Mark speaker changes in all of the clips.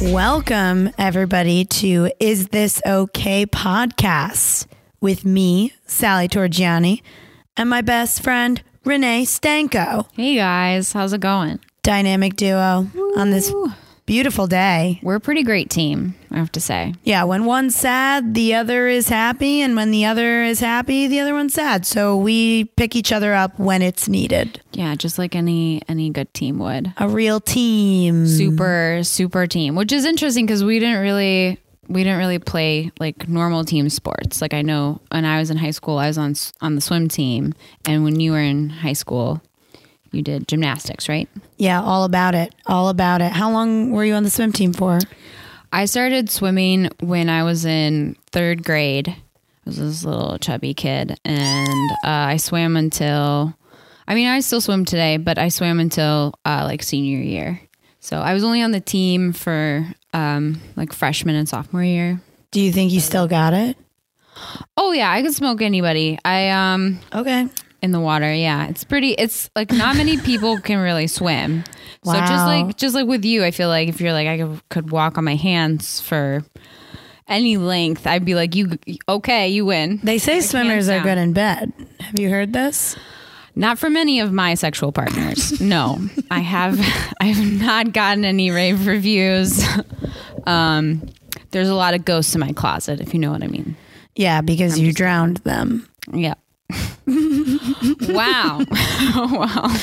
Speaker 1: Welcome, everybody, to Is This Okay podcast with me, Sally Torgiani, and my best friend, Renee Stanko.
Speaker 2: Hey guys, how's it going?
Speaker 1: Dynamic duo on this beautiful day.
Speaker 2: We're a pretty great team, I have to say.
Speaker 1: Yeah, when one's sad, the other is happy, and when the other is happy, the other one's sad. So we pick each other up when it's needed.
Speaker 2: Yeah, just like any any good team would.
Speaker 1: A real team.
Speaker 2: Super super team, which is interesting because we didn't really we didn't really play like normal team sports. Like I know when I was in high school, I was on s- on the swim team, and when you were in high school, you did gymnastics, right?
Speaker 1: Yeah, all about it. All about it. How long were you on the swim team for?
Speaker 2: I started swimming when I was in third grade. I was this little chubby kid, and uh, I swam until. I mean, I still swim today, but I swam until uh, like senior year. So I was only on the team for um, like freshman and sophomore year.
Speaker 1: Do you think you still got it?
Speaker 2: Oh yeah, I could smoke anybody. I um
Speaker 1: Okay.
Speaker 2: in the water. Yeah, it's pretty. It's like not many people can really swim. So just
Speaker 1: Wow.
Speaker 2: like just like with you, I feel like if you're like I could, could walk on my hands for any length, I'd be like you. Okay, you win.
Speaker 1: They say swimmers are
Speaker 2: down.
Speaker 1: good in bed. Have you heard this?
Speaker 2: Not from any of my sexual partners. no, I have. I have not gotten any rave reviews. um, there's a lot of ghosts in my closet, if you know what I mean.
Speaker 1: Yeah, because you drowned them.
Speaker 2: Yeah. wow. wow.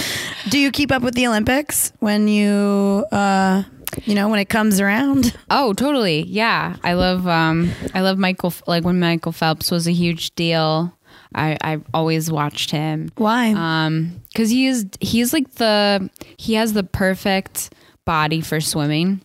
Speaker 1: Do you keep up with the Olympics when you, uh, you know, when it comes around?
Speaker 2: Oh, totally. Yeah. I love um I love Michael like when Michael Phelps was a huge deal. I I always watched him.
Speaker 1: Why?
Speaker 2: Um cuz he is he is like the he has the perfect body for swimming.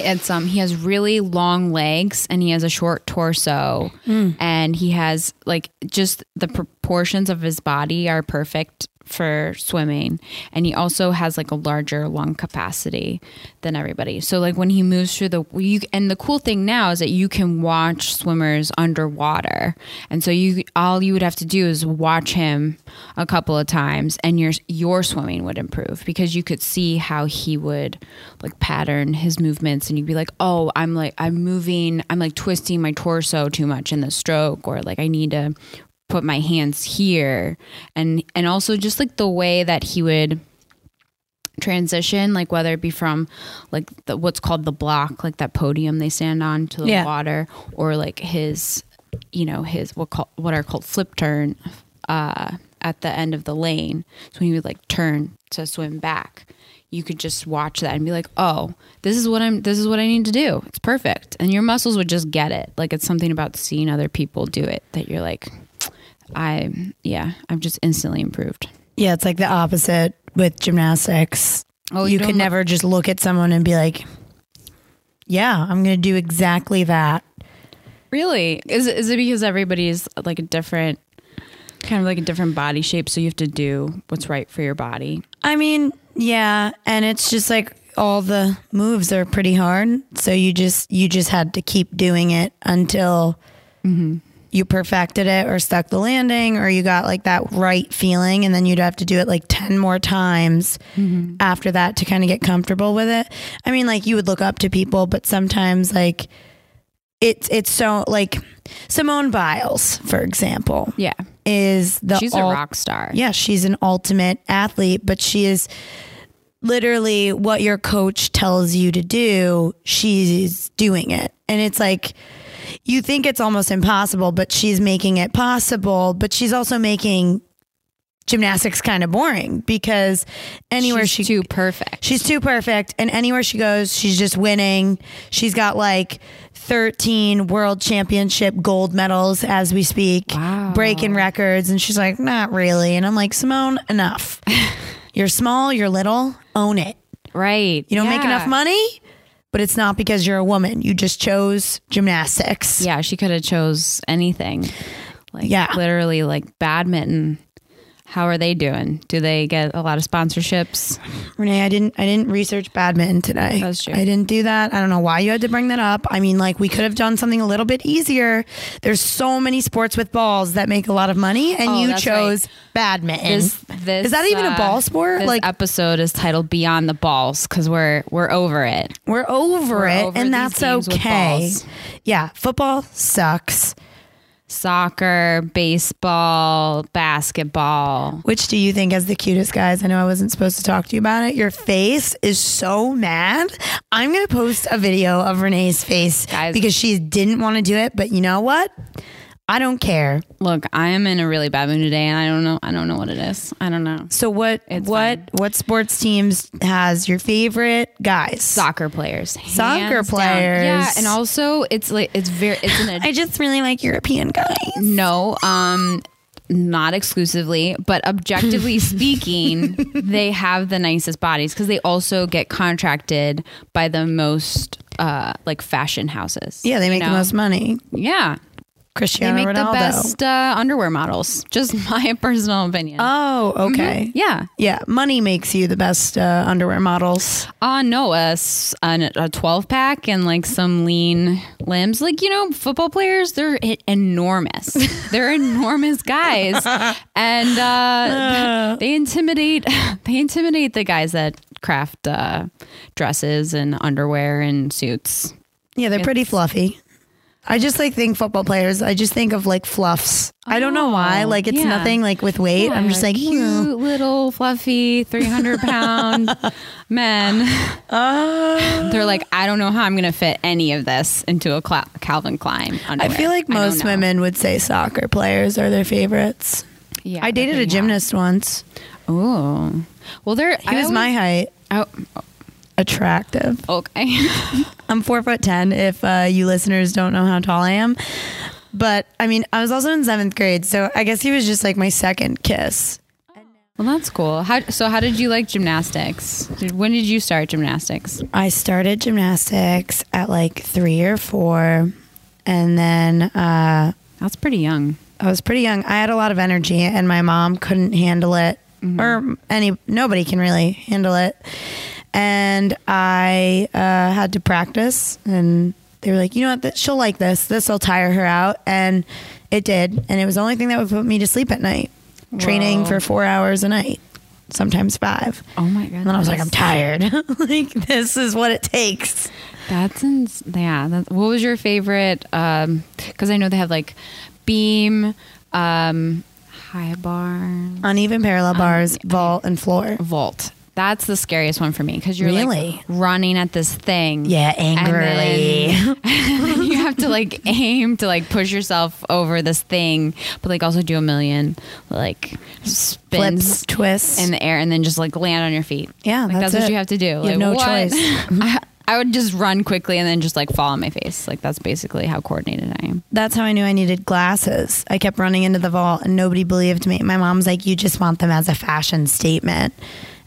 Speaker 2: It's um he has really long legs and he has a short torso and he has like just the proportions of his body are perfect for swimming and he also has like a larger lung capacity than everybody. So like when he moves through the you and the cool thing now is that you can watch swimmers underwater. And so you all you would have to do is watch him a couple of times and your your swimming would improve because you could see how he would like pattern his movements and you'd be like, "Oh, I'm like I'm moving, I'm like twisting my torso too much in the stroke or like I need to put my hands here." And and also just like the way that he would transition like whether it be from like the, what's called the block like that podium they stand on to the
Speaker 1: Yeah.
Speaker 2: water or like his you know his what call, what are called flip turn uh at the end of the lane so he would like turn to swim back you could just watch that and be like oh this is what i'm this is what i need to do it's perfect and your muscles would just get it like it's something about seeing other people do it that you're like i yeah i've just instantly improved
Speaker 1: yeah, it's like the opposite with gymnastics.
Speaker 2: Oh,
Speaker 1: you,
Speaker 2: you
Speaker 1: can
Speaker 2: don't-
Speaker 1: never just look at someone and be like, "Yeah, I'm going to do exactly that."
Speaker 2: Really? Is it- is it because everybody's like a different kind of like a different body shape so you have to do what's right for your body?
Speaker 1: I mean, yeah, and it's just like all the moves are pretty hard, so you just you just had to keep doing it until
Speaker 2: Mm-hmm.
Speaker 1: you perfected it or stuck the landing or you got like that right feeling and then you'd have to do it like 10 more times
Speaker 2: Mm-hmm.
Speaker 1: after that to kind of get comfortable with it. I mean, like you would look up to people, but sometimes like it's it's so like Simone Biles, for example,
Speaker 2: Yeah.
Speaker 1: is the
Speaker 2: She's
Speaker 1: all-
Speaker 2: a rock star.
Speaker 1: yeah, she's an ultimate athlete, but she is literally what your coach tells you to do, she's doing it. And it's like you think it's almost impossible, but she's making it possible, but she's also making gymnastics kind of boring because anywhere
Speaker 2: She's
Speaker 1: she
Speaker 2: too perfect.
Speaker 1: She's too perfect. And anywhere she goes, she's just winning. She's got like 13 world championship gold medals as we speak,
Speaker 2: Wow.
Speaker 1: breaking records. And she's like, not really. And I'm like, Simone, enough. you're small, you're little, own it.
Speaker 2: right.
Speaker 1: You don't make enough money, but it's not because you're a woman. You just chose gymnastics.
Speaker 2: Yeah, she could have chose anything. Like
Speaker 1: Yeah.
Speaker 2: literally like badminton. How are they doing? Do they get a lot of sponsorships?
Speaker 1: Renee, I didn't I didn't research badminton today.
Speaker 2: That's true.
Speaker 1: I didn't do that. I don't know why you had to bring that up. I mean, like we could have done something a little bit easier. There's so many sports with balls that make a lot of money and
Speaker 2: Oh,
Speaker 1: you
Speaker 2: that's
Speaker 1: chose
Speaker 2: right.
Speaker 1: badminton.
Speaker 2: This, this
Speaker 1: Is that even a
Speaker 2: uh,
Speaker 1: ball sport?
Speaker 2: This
Speaker 1: Like
Speaker 2: episode is titled "Beyond the Balls" because we're we're over it.
Speaker 1: we're over it
Speaker 2: over these
Speaker 1: and that's
Speaker 2: games with
Speaker 1: okay.
Speaker 2: balls.
Speaker 1: Yeah, football sucks.
Speaker 2: Soccer, baseball, basketball.
Speaker 1: Which do you think is the cutest guys? I know I wasn't supposed to talk to you about it. Your face is so mad. I'm going to post a video of Renee's face
Speaker 2: Guys.
Speaker 1: because she didn't want to do it, but you know what? I don't care.
Speaker 2: Look, I am in a really bad mood today, and I don't know. I don't know what it is. I don't know.
Speaker 1: So what what
Speaker 2: fine.
Speaker 1: what sports teams has your favorite guys?
Speaker 2: Soccer players,
Speaker 1: Soccer
Speaker 2: hands down. Yeah,
Speaker 1: players.
Speaker 2: and also it's like it's very it's an
Speaker 1: I just really like European guys.
Speaker 2: No, um, not exclusively, but objectively speaking, they have the nicest bodies because they also get contracted by the most uh, like fashion houses.
Speaker 1: Yeah, they
Speaker 2: you
Speaker 1: make the
Speaker 2: know?
Speaker 1: most money.
Speaker 2: Yeah, they
Speaker 1: Cristiano
Speaker 2: make
Speaker 1: Ronaldo.
Speaker 2: the best uh, underwear models. Just my personal opinion.
Speaker 1: Oh, okay.
Speaker 2: yeah.
Speaker 1: Yeah, money makes you the best uh, underwear models.
Speaker 2: Uh, no, a, s- an- a 12 pack and like some lean limbs. Like, you know, football players, they're e- enormous. they're enormous guys. And uh, they intimidate, they intimidate the guys that craft uh, dresses and underwear and suits.
Speaker 1: Yeah, they're pretty fluffy. I just like think football players. I just think of like fluffs. I don't know why.
Speaker 2: Oh,
Speaker 1: Like it's
Speaker 2: yeah.
Speaker 1: nothing like with weight. I'm just
Speaker 2: Yeah,
Speaker 1: like, "Hmm."
Speaker 2: cute little fluffy 300 pound men.
Speaker 1: Uh.
Speaker 2: They're like, I don't know how I'm going to fit any of this into a Cla- Calvin Klein
Speaker 1: I
Speaker 2: underwear.
Speaker 1: feel like
Speaker 2: don't
Speaker 1: most
Speaker 2: know.
Speaker 1: women would say soccer players are their favorites.
Speaker 2: Yeah,
Speaker 1: I dated a gymnast once.
Speaker 2: Oh, well, there
Speaker 1: He was my height,
Speaker 2: Oh,
Speaker 1: attractive.
Speaker 2: okay.
Speaker 1: I'm four foot ten. If uh, you listeners don't know how tall I am, but I mean, I was also in seventh grade, so I guess he was just like my second kiss.
Speaker 2: well, that's cool. How so? How did you like gymnastics? Did, when did you start gymnastics?
Speaker 1: I started gymnastics at like three or four, and then. Uh,
Speaker 2: That's pretty young.
Speaker 1: I was pretty young. I had a lot of energy, and my mom couldn't handle it,
Speaker 2: Mm-hmm.
Speaker 1: or any nobody can really handle it. And I uh, had to practice, and they were like, "You know what? Th- She'll like this. This will tire her out." And it did, and it was the only thing that would put me to sleep at night. Training
Speaker 2: Whoa.
Speaker 1: for four hours a night, sometimes five.
Speaker 2: Oh my god!
Speaker 1: And then I was like, "I'm tired. like this is what it takes."
Speaker 2: That's ins- yeah. That, what was your favorite? Because I know they have like beam, um, high bar,
Speaker 1: Uneven
Speaker 2: Um,
Speaker 1: parallel bars, vault, and floor.
Speaker 2: vault. That's the scariest one for me because you're
Speaker 1: Really?
Speaker 2: like running at this thing.
Speaker 1: Yeah,
Speaker 2: And
Speaker 1: angrily.
Speaker 2: then- and then you have to like aim to like push yourself over this thing, but like also do a million like spins
Speaker 1: Flips, twists.
Speaker 2: in the air and then just like land on your feet.
Speaker 1: Yeah,
Speaker 2: like, that's,
Speaker 1: that's
Speaker 2: what
Speaker 1: it.
Speaker 2: you have to do.
Speaker 1: You have
Speaker 2: like,
Speaker 1: no
Speaker 2: what?
Speaker 1: choice.
Speaker 2: I, I would just run quickly and then just like fall on my face. Like that's basically how coordinated I am.
Speaker 1: That's how I knew I needed glasses. I kept running into the vault and nobody believed me. My mom's like, "You just want them as a fashion statement."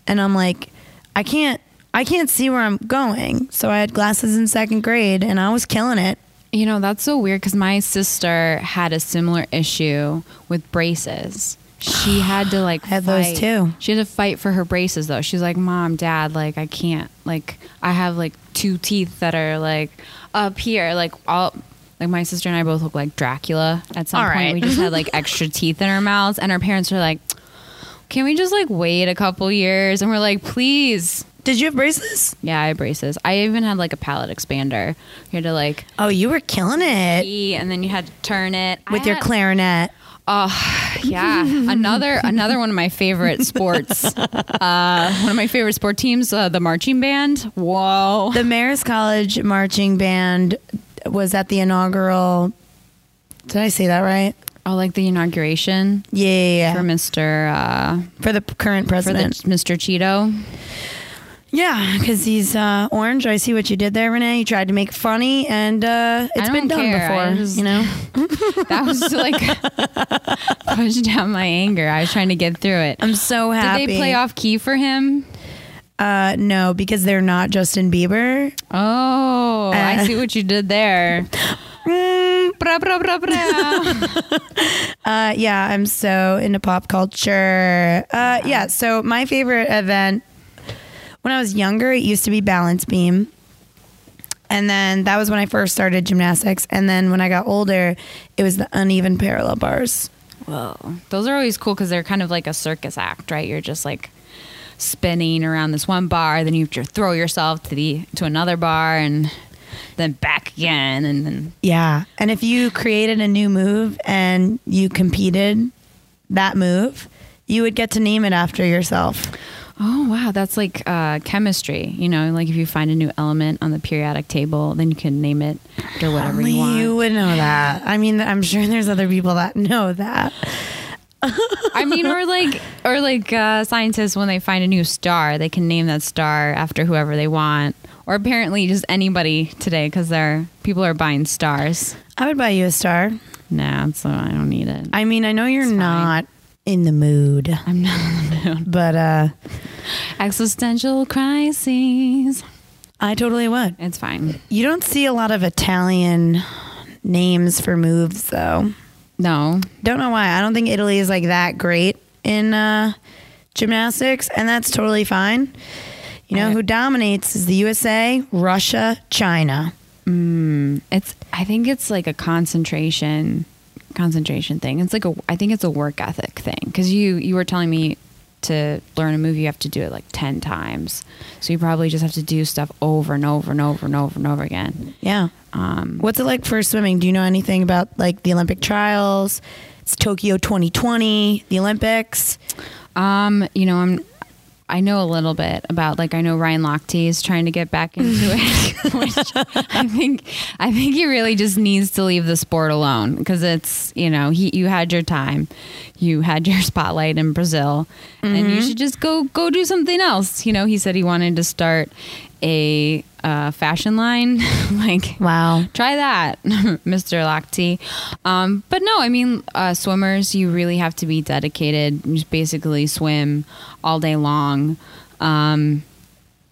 Speaker 1: And I'm like, "I can't I can't see where I'm going." So I had glasses in second grade and I was killing it.
Speaker 2: You know that's so weird because my sister had a similar issue with braces. She had to like
Speaker 1: I had those
Speaker 2: fight-
Speaker 1: too.
Speaker 2: She had to fight for her braces though. She's like, Mom, Dad, like I can't. Like I have like two teeth that are like up here. Like all like my sister and I both look like Dracula at some
Speaker 1: All
Speaker 2: point.
Speaker 1: right.
Speaker 2: We just had like extra teeth in our mouths and our parents were like, Can we just like wait a couple years? And we're like, please.
Speaker 1: Did you have braces?
Speaker 2: Yeah, I had braces. I even had like a palate expander. You had to like
Speaker 1: Oh, you were killing it
Speaker 2: pee and then you had to turn it
Speaker 1: with
Speaker 2: I
Speaker 1: your
Speaker 2: had-
Speaker 1: clarinet.
Speaker 2: Oh yeah, another another one of my favorite sports. Uh, one of my favorite sport teams, uh, the marching band. Whoa,
Speaker 1: The Marist College marching band was at the inaugural Did I say that right?
Speaker 2: oh, like the inauguration
Speaker 1: Yeah, yeah,
Speaker 2: for
Speaker 1: yeah.
Speaker 2: Mister uh,
Speaker 1: For the current
Speaker 2: for the
Speaker 1: president.
Speaker 2: Mister Cheeto.
Speaker 1: Yeah, because he's uh, orange. I see what you did there, Renee. You tried to make it funny, and uh, it's
Speaker 2: I
Speaker 1: been
Speaker 2: don't
Speaker 1: done
Speaker 2: care. I
Speaker 1: before.
Speaker 2: just-
Speaker 1: You know,
Speaker 2: That was to like push down my anger. I was trying to get through it.
Speaker 1: I'm so happy.
Speaker 2: Did they play off key for him?
Speaker 1: Uh, no, because they're not Justin Bieber.
Speaker 2: Oh, I
Speaker 1: Uh.
Speaker 2: see what you did there.
Speaker 1: Mm,
Speaker 2: Bra, bra, bra, bra.
Speaker 1: Uh, yeah, I'm so into pop culture. Uh, yeah, so my favorite event when I was younger, it used to be balance beam. And then that was when I first started gymnastics. And then when I got older, it was the uneven parallel bars.
Speaker 2: Whoa. Those are always cool because they're kind of like a circus act, right? You're just like spinning around this one bar, then you have to throw yourself to the to another bar and then back again and then
Speaker 1: Yeah. And if you created a new move and you competed that move, you would get to name it after yourself.
Speaker 2: oh wow, that's like uh, chemistry, you know, like if you find a new element on the periodic table, then you can name it after whatever
Speaker 1: Only
Speaker 2: you want.
Speaker 1: you would know that. I mean, I'm sure there's other people that know that.
Speaker 2: I mean, or like, or like uh, scientists when they find a new star, they can name that star after whoever they want, or apparently just anybody today because they're people are buying stars.
Speaker 1: I would buy you a star.
Speaker 2: Nah, so I don't need it.
Speaker 1: I mean, I know you're
Speaker 2: fine.
Speaker 1: not in the mood. I'm not in the mood. But uh,
Speaker 2: Existential crises.
Speaker 1: I totally would.
Speaker 2: It's fine.
Speaker 1: You don't see a lot of Italian names for moves, though.
Speaker 2: No,
Speaker 1: Don't know why. I don't think Italy is like that great in uh, gymnastics, and that's totally fine. You know
Speaker 2: Right.
Speaker 1: who dominates is the USA, Russia, China.
Speaker 2: it's. I think it's like a concentration, concentration thing. It's like a. I think it's a work ethic thing because you you were telling me to learn a move you have to do it like 10 times so you probably just have to do stuff over and over and over and over and over again
Speaker 1: Yeah.
Speaker 2: Um,
Speaker 1: What's it like for swimming? Do you know anything about like the Olympic trials? It's Tokyo 2020, the Olympics.
Speaker 2: um, you know, I'm. I know a little bit about like I know Ryan Lochte is trying to get back into it, which I think I think he really just needs to leave the sport alone because it's you know he you had your time, you had your spotlight in Brazil, and you should just go go do something else. You know, he said he wanted to start a uh, fashion line, like
Speaker 1: Wow.
Speaker 2: try that, Mr. Lochte. Um, but no, I mean, uh, swimmers, you really have to be dedicated. You just basically swim all day long. Um,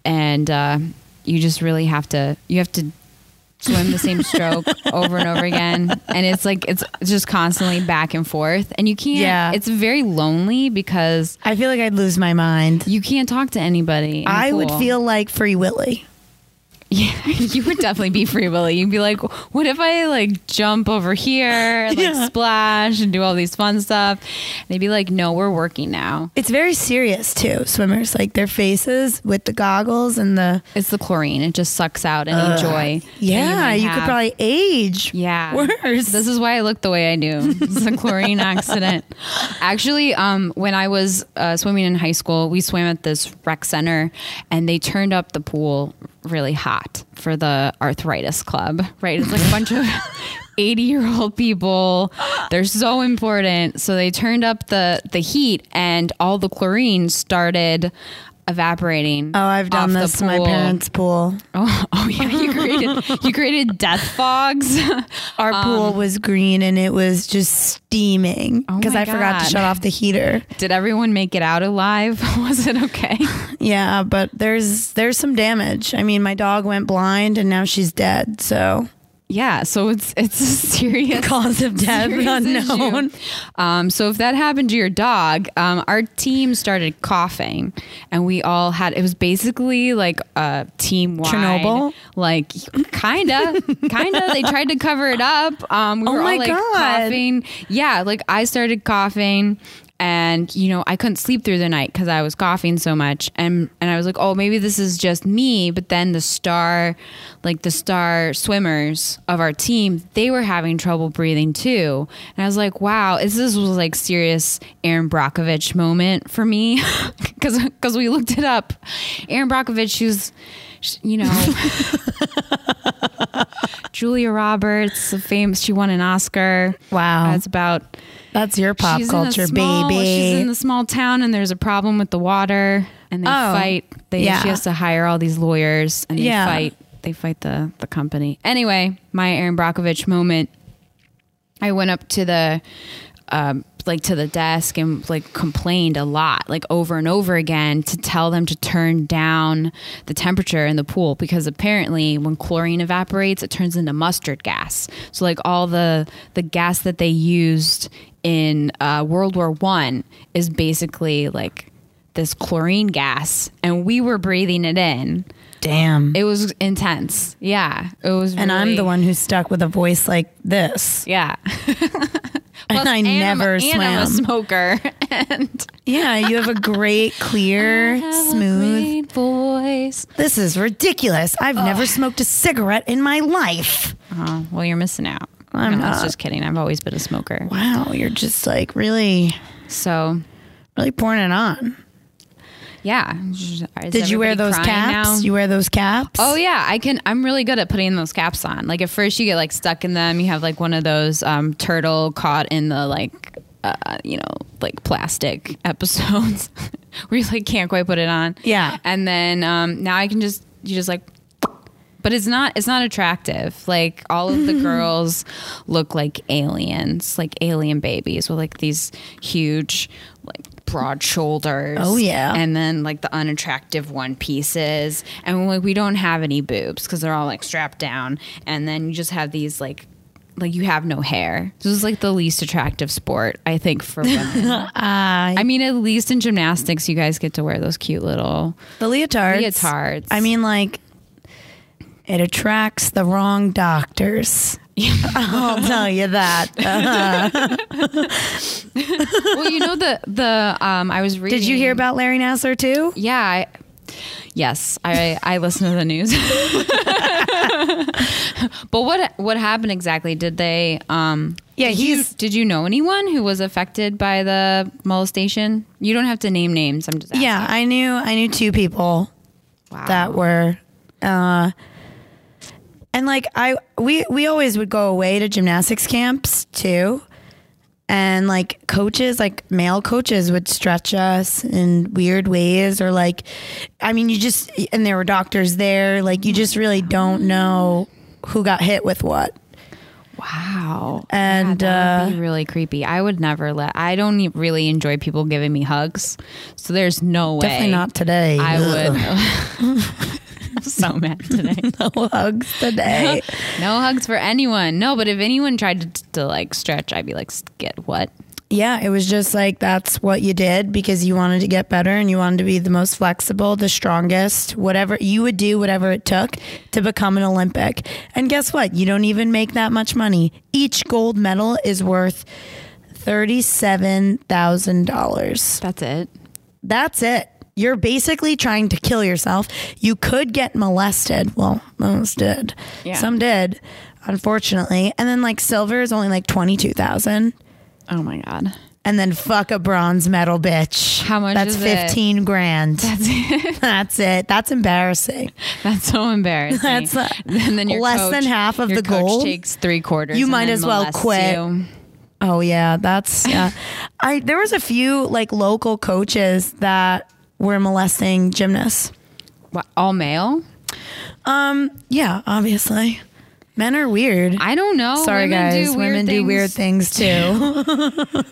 Speaker 2: and uh, you just really have to, you have to swim the same stroke over and over again. And it's like, it's just constantly back and forth. And you can't,
Speaker 1: Yeah.
Speaker 2: it's very lonely because
Speaker 1: I feel like I'd lose my mind.
Speaker 2: you can't talk to anybody. in a
Speaker 1: I would
Speaker 2: pool.
Speaker 1: feel like Free Willy.
Speaker 2: Yeah, you would definitely be free willy. You'd be like, what if I like jump over here, and, like
Speaker 1: Yeah.
Speaker 2: splash and do all these fun stuff? And they'd be like, no, we're working now.
Speaker 1: It's very serious too. Swimmers like their faces with the goggles and the
Speaker 2: It's the chlorine. It just sucks out any joy. that
Speaker 1: yeah.
Speaker 2: might
Speaker 1: You, could
Speaker 2: have.
Speaker 1: probably age.
Speaker 2: Yeah.
Speaker 1: worse.
Speaker 2: This is why I look the way I do. It's a chlorine accident. Actually, um, when I was uh, swimming in high school, we swam at this rec center and they turned up the pool really hot for the arthritis club, right? It's like a bunch of 80 year old people. They're so important. So they turned up the, the heat and all the chlorine started evaporating.
Speaker 1: oh, I've done
Speaker 2: off the
Speaker 1: this in my
Speaker 2: pool.
Speaker 1: parents' pool.
Speaker 2: Oh, oh yeah, you created you created death fogs.
Speaker 1: Our
Speaker 2: Um,
Speaker 1: pool was green and it was just steaming
Speaker 2: Oh
Speaker 1: because
Speaker 2: my
Speaker 1: I forgot
Speaker 2: God.
Speaker 1: to shut off the heater.
Speaker 2: Did everyone make it out alive? Was it okay?
Speaker 1: Yeah, but there's there's some damage. I mean, my dog went blind and now she's dead. So
Speaker 2: Yeah, so it's it's a serious
Speaker 1: cause of death
Speaker 2: serious
Speaker 1: unknown.
Speaker 2: issue. Um, so if that happened to your dog, um, our team started coughing, and we all had it was basically like a team wide
Speaker 1: Chernobyl?
Speaker 2: like kinda, kinda. They tried to cover it up. Um, we were
Speaker 1: Oh my
Speaker 2: all like
Speaker 1: God.
Speaker 2: coughing. Yeah, like I started coughing. And you know I couldn't sleep through the night because I was coughing so much, and and I was like, oh maybe this is just me. But then the star, like the star swimmers of our team, they were having trouble breathing too, and I was like, wow, this this was like serious Aaron Brockovich moment for me, because because we looked it up, Aaron Brockovich, who's sh- you know Julia Roberts, a famous. She won an Oscar.
Speaker 1: Wow.
Speaker 2: That's about
Speaker 1: That's your pop
Speaker 2: she's in a
Speaker 1: culture,
Speaker 2: small-
Speaker 1: baby.
Speaker 2: She's in the small town, and there's a problem with the water, and they
Speaker 1: Oh,
Speaker 2: fight. They
Speaker 1: yeah.
Speaker 2: she has to hire all these lawyers, and they
Speaker 1: Yeah.
Speaker 2: fight. They fight the the company. Anyway, my Aaron Brockovich moment. I went up to the um, up like to the desk and like complained a lot, like over and over again to tell them to turn down the temperature in the pool because apparently when chlorine evaporates, it turns into mustard gas. So like all the the gas that they used in uh, World War One is basically like this chlorine gas, and we were breathing it in.
Speaker 1: Damn.
Speaker 2: It was intense. Yeah, it was.
Speaker 1: and I'm
Speaker 2: really-
Speaker 1: the one who's stuck with a voice like this.
Speaker 2: Yeah.
Speaker 1: and I never
Speaker 2: am, And I'm a
Speaker 1: swam.
Speaker 2: smoker. and
Speaker 1: yeah, you have a great, clear, smooth.
Speaker 2: Great voice.
Speaker 1: This is ridiculous. I've never smoked a cigarette in my life.
Speaker 2: Oh, well, you're missing out.
Speaker 1: I'm
Speaker 2: no, that's
Speaker 1: not.
Speaker 2: just kidding. I've always been a smoker.
Speaker 1: Wow, you're just like really,
Speaker 2: So,
Speaker 1: really pouring it on.
Speaker 2: yeah. Is
Speaker 1: Did you wear
Speaker 2: everybody
Speaker 1: those
Speaker 2: crying
Speaker 1: caps?
Speaker 2: now?
Speaker 1: You wear those caps?
Speaker 2: Oh yeah, I can. I'm really good at putting those caps on. Like at first, you get like stuck in them. You have like one of those um, turtle caught in the like, uh, you know, like plastic episodes where you like can't quite put it on.
Speaker 1: Yeah.
Speaker 2: And then um, now I can just you just like, but it's not it's not attractive. Like all of the girls look like aliens, like alien babies with like these huge like broad shoulders
Speaker 1: Oh, yeah.
Speaker 2: and then like the unattractive one pieces and like we don't have any boobs because they're all like strapped down and then you just have these like like you have no hair this is like the least attractive sport i think for women
Speaker 1: Uh,
Speaker 2: i mean at least in gymnastics you guys get to wear those cute little
Speaker 1: the leotards.
Speaker 2: leotards
Speaker 1: I mean, like, it attracts the wrong doctors. I'll tell you that.
Speaker 2: well you know the the um i was reading
Speaker 1: Did you hear about Larry Nassar too?
Speaker 2: yeah I, yes i i listen to the news but what what happened exactly did they um
Speaker 1: Yeah,
Speaker 2: Did you-
Speaker 1: he's-
Speaker 2: did you know anyone who was affected by the molestation? You don't have to name names. I'm just asking.
Speaker 1: Yeah, I knew. I knew two people
Speaker 2: Wow.
Speaker 1: that were uh and like I we we always would go away to gymnastics camps too. And like coaches, like male coaches would stretch us in weird ways or like I mean you just and there were doctors there, like you just really don't know who got hit with what.
Speaker 2: wow.
Speaker 1: And, uh,
Speaker 2: yeah, that would be really creepy. I would never let. I don't e- really enjoy people giving me hugs, so there's no way.
Speaker 1: Definitely not today.
Speaker 2: I would. I'm so mad today.
Speaker 1: no hugs today.
Speaker 2: no hugs for anyone. No, but if anyone tried to, to like stretch, I'd be like, "S- get what?
Speaker 1: Yeah, it was just like that's what you did because you wanted to get better and you wanted to be the most flexible, the strongest, whatever you would do, whatever it took to become an Olympic. And guess what? You don't even make that much money. Each gold medal is worth $37,000.
Speaker 2: That's it.
Speaker 1: That's it. You're basically trying to kill yourself. You could get molested. Well, most did.
Speaker 2: Yeah.
Speaker 1: Some did, unfortunately. And then like silver is only like 22,000
Speaker 2: Oh my god.
Speaker 1: and then fuck a bronze medal bitch.
Speaker 2: How much
Speaker 1: That's
Speaker 2: is it?
Speaker 1: fifteen grand. That's it. That's it. That's embarrassing.
Speaker 2: That's so embarrassing.
Speaker 1: That's, uh,
Speaker 2: and then your
Speaker 1: less
Speaker 2: coach-
Speaker 1: than half of
Speaker 2: your
Speaker 1: the
Speaker 2: coach
Speaker 1: goal.
Speaker 2: Takes three quarters.
Speaker 1: You
Speaker 2: and
Speaker 1: might
Speaker 2: then
Speaker 1: as well
Speaker 2: molests
Speaker 1: quit.
Speaker 2: you.
Speaker 1: Oh yeah, that's yeah. I there was a few like local coaches that were molesting gymnasts.
Speaker 2: What, all male?
Speaker 1: Yeah, obviously, men are weird.
Speaker 2: I don't know.
Speaker 1: Sorry
Speaker 2: Women
Speaker 1: guys,
Speaker 2: do weird
Speaker 1: women do
Speaker 2: things.
Speaker 1: weird things too.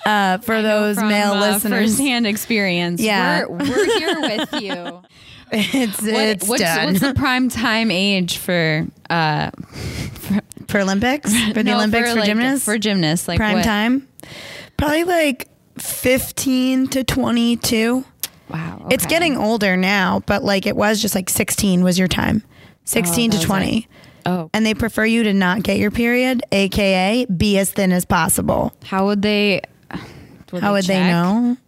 Speaker 1: uh, for those
Speaker 2: From,
Speaker 1: male
Speaker 2: uh,
Speaker 1: listeners,
Speaker 2: firsthand experience.
Speaker 1: Yeah.
Speaker 2: we're, we're here with you. What-
Speaker 1: it's it's
Speaker 2: what's,
Speaker 1: done
Speaker 2: what's the prime time age for uh,
Speaker 1: for Olympics for the
Speaker 2: no,
Speaker 1: Olympics for,
Speaker 2: like,
Speaker 1: gymnasts
Speaker 2: For gymnasts, like
Speaker 1: prime
Speaker 2: what?
Speaker 1: time probably like 15 to 22
Speaker 2: Wow,
Speaker 1: it's
Speaker 2: okay.
Speaker 1: getting older now but like it was just like 16 was your time 16
Speaker 2: Oh,
Speaker 1: to
Speaker 2: that was
Speaker 1: 20
Speaker 2: Oh,
Speaker 1: and they prefer you to not get your period aka be as thin as possible
Speaker 2: how would they? Would
Speaker 1: how would they
Speaker 2: check?
Speaker 1: know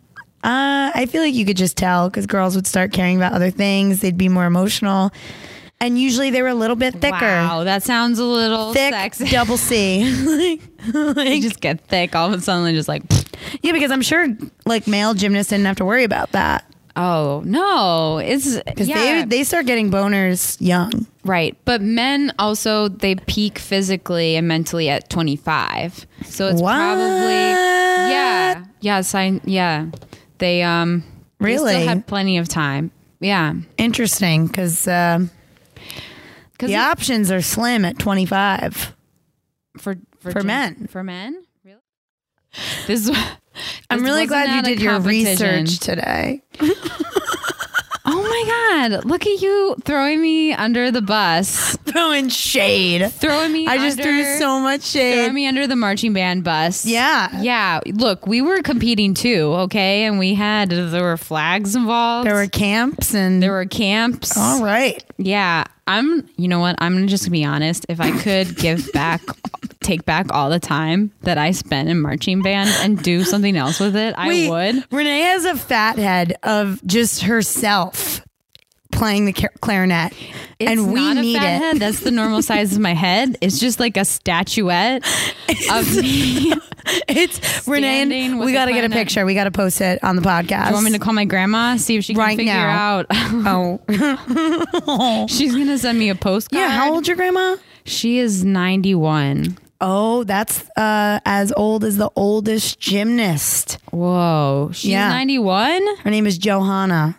Speaker 1: uh, i feel like you could just tell because girls would start caring about other things they'd be more emotional and usually they were a little bit thicker
Speaker 2: Wow, that sounds a little
Speaker 1: thick
Speaker 2: sexy.
Speaker 1: double c
Speaker 2: you just get thick all of a sudden, just like.
Speaker 1: yeah because i'm sure like male gymnasts didn't have to worry about that
Speaker 2: Oh no! It's
Speaker 1: Because
Speaker 2: yeah.
Speaker 1: they they start getting boners young.
Speaker 2: Right. But men also they peak physically and mentally at 25. So it's
Speaker 1: What?
Speaker 2: probably yeah. Yeah, sign yeah. They um they still
Speaker 1: Really?
Speaker 2: had plenty of time. Yeah.
Speaker 1: Interesting, because um
Speaker 2: Cuz
Speaker 1: the options are slim at twenty five.
Speaker 2: for
Speaker 1: for
Speaker 2: gen-
Speaker 1: men.
Speaker 2: For men? Really? This, this
Speaker 1: I'm really
Speaker 2: was
Speaker 1: glad
Speaker 2: not a
Speaker 1: you did your
Speaker 2: competition.
Speaker 1: research today.
Speaker 2: Oh my god! Look at you throwing me under the bus,
Speaker 1: Throwing shade.
Speaker 2: throwing me.
Speaker 1: I just threw
Speaker 2: under-
Speaker 1: so much
Speaker 2: throwing
Speaker 1: shade.
Speaker 2: me under the marching band bus.
Speaker 1: Yeah.
Speaker 2: Yeah, look, we were competing too, okay? And we had there were flags involved.
Speaker 1: There were camps and
Speaker 2: there were camps.
Speaker 1: all right.
Speaker 2: Yeah, I'm. You know what? I'm just gonna be honest. If I could give back, take back all the time that I spent in marching band and do something else with it, I
Speaker 1: Wait,
Speaker 2: would.
Speaker 1: Renee has a fat head of just herself playing the ca- clarinet,
Speaker 2: It's
Speaker 1: and we
Speaker 2: not a
Speaker 1: need
Speaker 2: fat
Speaker 1: it.
Speaker 2: head. That's the normal size of my head. It's just like a statuette of me. Do
Speaker 1: It's Renee.
Speaker 2: Standing
Speaker 1: And
Speaker 2: with
Speaker 1: we
Speaker 2: the
Speaker 1: got to get a
Speaker 2: clarinet.
Speaker 1: picture. We got to post it on the podcast.
Speaker 2: you want me to call my grandma see if she can
Speaker 1: Right
Speaker 2: figure
Speaker 1: now.
Speaker 2: out?
Speaker 1: Oh,
Speaker 2: She's gonna send me a postcard.
Speaker 1: yeah. How old's your grandma?
Speaker 2: She is 91.
Speaker 1: Oh, that's uh, as old as the oldest gymnast.
Speaker 2: Whoa, she's
Speaker 1: Yeah.
Speaker 2: 91.
Speaker 1: Her name is Johanna.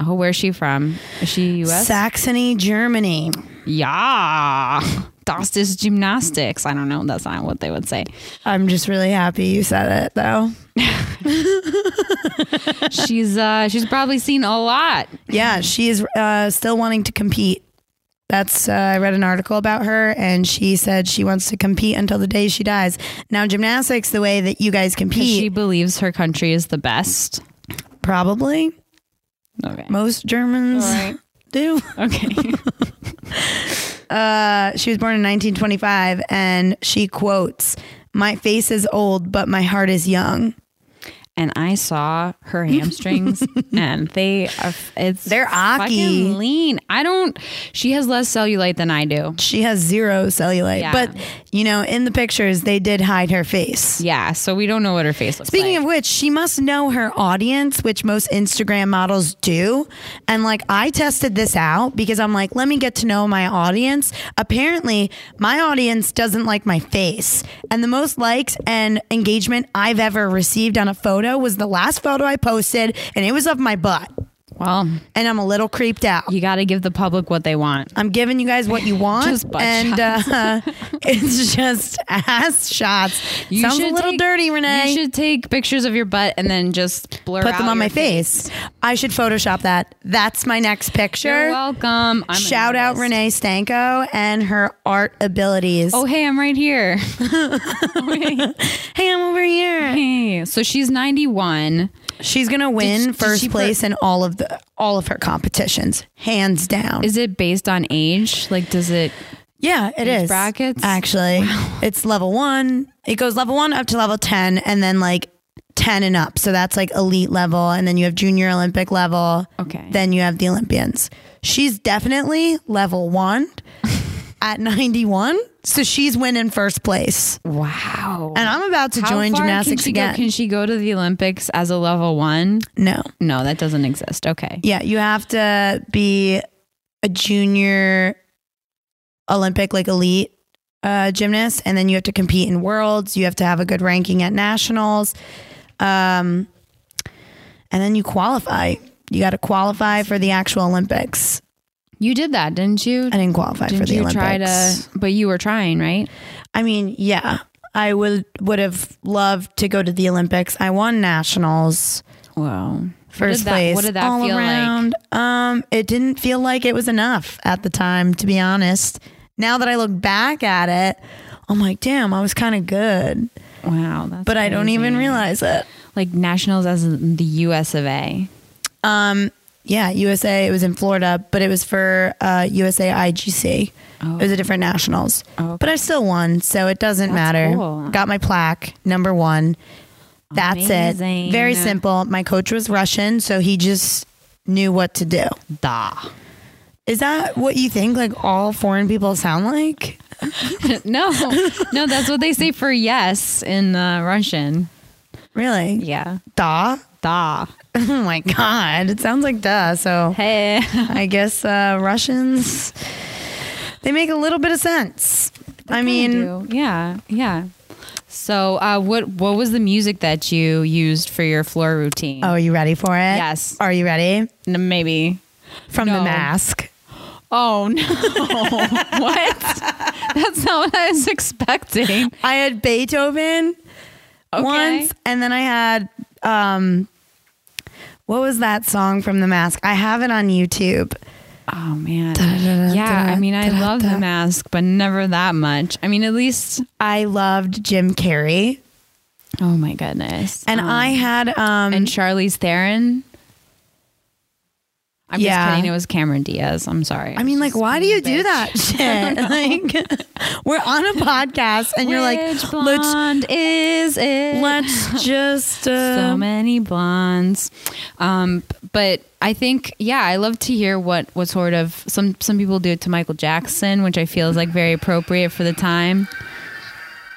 Speaker 2: Oh, where's she from? Is she U.S.?
Speaker 1: Saxony, Germany.
Speaker 2: yeah, das ist gymnastics. I don't know. That's not what they would say.
Speaker 1: I'm just really happy you said it though.
Speaker 2: She's uh, she's probably seen a lot.
Speaker 1: Yeah, she is uh, still wanting to compete. That's uh, I read an article about her, and she said she wants to compete until the day she dies. Now, gymnastics, the way that you guys
Speaker 2: 'Cause
Speaker 1: compete,
Speaker 2: She believes her country is the best.
Speaker 1: probably
Speaker 2: Okay.
Speaker 1: most Germans do.
Speaker 2: Okay.
Speaker 1: Uh, she was born in 1925, and she quotes, "My face is old, but my heart is young."
Speaker 2: and I saw her hamstrings, and they are it's
Speaker 1: They're
Speaker 2: fucking
Speaker 1: aki.
Speaker 2: lean. I don't. She has less cellulite than I do.
Speaker 1: She has zero cellulite,
Speaker 2: Yeah.
Speaker 1: but you know, in the pictures, they did hide her face.
Speaker 2: Yeah, so we don't know what her face looks
Speaker 1: Speaking
Speaker 2: like.
Speaker 1: of which, she must know her audience, which most Instagram models do. And like, I tested this out because I'm like, let me get to know my audience. Apparently, my audience doesn't like my face. And the most likes and engagement I've ever received on a photo was the last photo I posted, and it was of my butt.
Speaker 2: well,
Speaker 1: And I'm a little creeped out.
Speaker 2: you got to give the public what they want.
Speaker 1: I'm giving you guys what you want,
Speaker 2: Just butt
Speaker 1: and uh, it's just ass shots. Sounds a
Speaker 2: should
Speaker 1: little
Speaker 2: take-
Speaker 1: dirty, Renee.
Speaker 2: You should take pictures of your butt and then just blur
Speaker 1: put them
Speaker 2: out
Speaker 1: on my
Speaker 2: your
Speaker 1: face. I should Photoshop that. That's my next
Speaker 2: You're
Speaker 1: picture.
Speaker 2: welcome. I'm an
Speaker 1: Shout out
Speaker 2: artist.
Speaker 1: Renee Stanko and her art abilities.
Speaker 2: Oh, hey, I'm right here.
Speaker 1: hey, I'm over here.
Speaker 2: Hey. So she's 91.
Speaker 1: She's gonna win
Speaker 2: did
Speaker 1: first
Speaker 2: she per-
Speaker 1: place in all of the all of her competitions, hands down.
Speaker 2: Is it based on age? Like, does it?
Speaker 1: yeah, it is.
Speaker 2: brackets?
Speaker 1: Actually, it's level one. It goes level one up to level ten, and then like ten and up. So that's like elite level, and then you have junior Olympic level.
Speaker 2: Okay.
Speaker 1: then you have the Olympians. She's definitely level one at 91. So she's winning first place.
Speaker 2: wow.
Speaker 1: And I'm about to
Speaker 2: How
Speaker 1: join
Speaker 2: far
Speaker 1: gymnastics
Speaker 2: can she
Speaker 1: again.
Speaker 2: Go, can she go to the Olympics as a level one?
Speaker 1: no.
Speaker 2: No, that doesn't exist. Okay.
Speaker 1: Yeah. You have to be a junior Olympic, like elite uh, gymnast. And then you have to compete in worlds. You have to have a good ranking at nationals. Um, and then you qualify. You got to qualify for the actual Olympics.
Speaker 2: You did that, didn't you?
Speaker 1: I didn't qualify for
Speaker 2: Didn't
Speaker 1: the
Speaker 2: you
Speaker 1: Olympics.
Speaker 2: try to? But you were trying, right?
Speaker 1: I mean, yeah, I would would have loved to go to the Olympics. I won nationals
Speaker 2: Wow.
Speaker 1: first
Speaker 2: did that-
Speaker 1: place.
Speaker 2: what did that
Speaker 1: all
Speaker 2: feel like?
Speaker 1: around. Um, it didn't feel like it was enough at the time, to be honest. Now that I look back at it, I'm like, damn, I was kind of good,
Speaker 2: Wow. That's
Speaker 1: but I don't even
Speaker 2: crazy.
Speaker 1: realize it.
Speaker 2: like nationals as in the U.S. of A.
Speaker 1: Um, yeah, USA. It was in Florida, but it was for uh, USA IGC.
Speaker 2: Oh.
Speaker 1: It was a different nationals,
Speaker 2: Oh, okay.
Speaker 1: but I still won, so it doesn't matter.
Speaker 2: cool.
Speaker 1: Got my plaque, number one. That's
Speaker 2: Amazing.
Speaker 1: it. Very simple. My coach was Russian, so he just knew what to do.
Speaker 2: Da.
Speaker 1: Is that what you think? Like all foreign people sound like?
Speaker 2: no, no, that's what they say for yes in uh, Russian.
Speaker 1: Really?
Speaker 2: Yeah.
Speaker 1: Da.
Speaker 2: Da.
Speaker 1: Oh my god! It sounds like da. So
Speaker 2: Hey.
Speaker 1: I guess uh, Russians. They make a little bit of sense. I mean,
Speaker 2: yeah, yeah. So, uh, what what was the music that you used for your floor routine?
Speaker 1: Oh, are you ready for it?
Speaker 2: Yes.
Speaker 1: Are you ready?
Speaker 2: N- maybe.
Speaker 1: From
Speaker 2: No.
Speaker 1: the mask.
Speaker 2: Oh no! what? That's not what I was expecting.
Speaker 1: I had Beethoven. once, and then I had um, what was that song from The Mask? I have it on YouTube.
Speaker 2: Oh man.
Speaker 1: Da-da-da-da,
Speaker 2: Yeah, I mean I
Speaker 1: da-da-da-da.
Speaker 2: love the mask, but never that much. I mean at least
Speaker 1: I loved Jim Carrey,
Speaker 2: oh my goodness.
Speaker 1: and
Speaker 2: Um,
Speaker 1: I had um,
Speaker 2: and Charlize Theron. I'm
Speaker 1: Yeah.
Speaker 2: just kidding. It was Cameron Diaz. I'm sorry.
Speaker 1: I mean, like, why do you do that shit? Like, we're on a podcast, and you're like,
Speaker 2: Which
Speaker 1: let's
Speaker 2: blonde is it?
Speaker 1: let's just uh,
Speaker 2: so many blondes. Um, but I think, yeah, I love to hear what what sort of some some people do it to Michael Jackson, which I feel is like very appropriate for the time.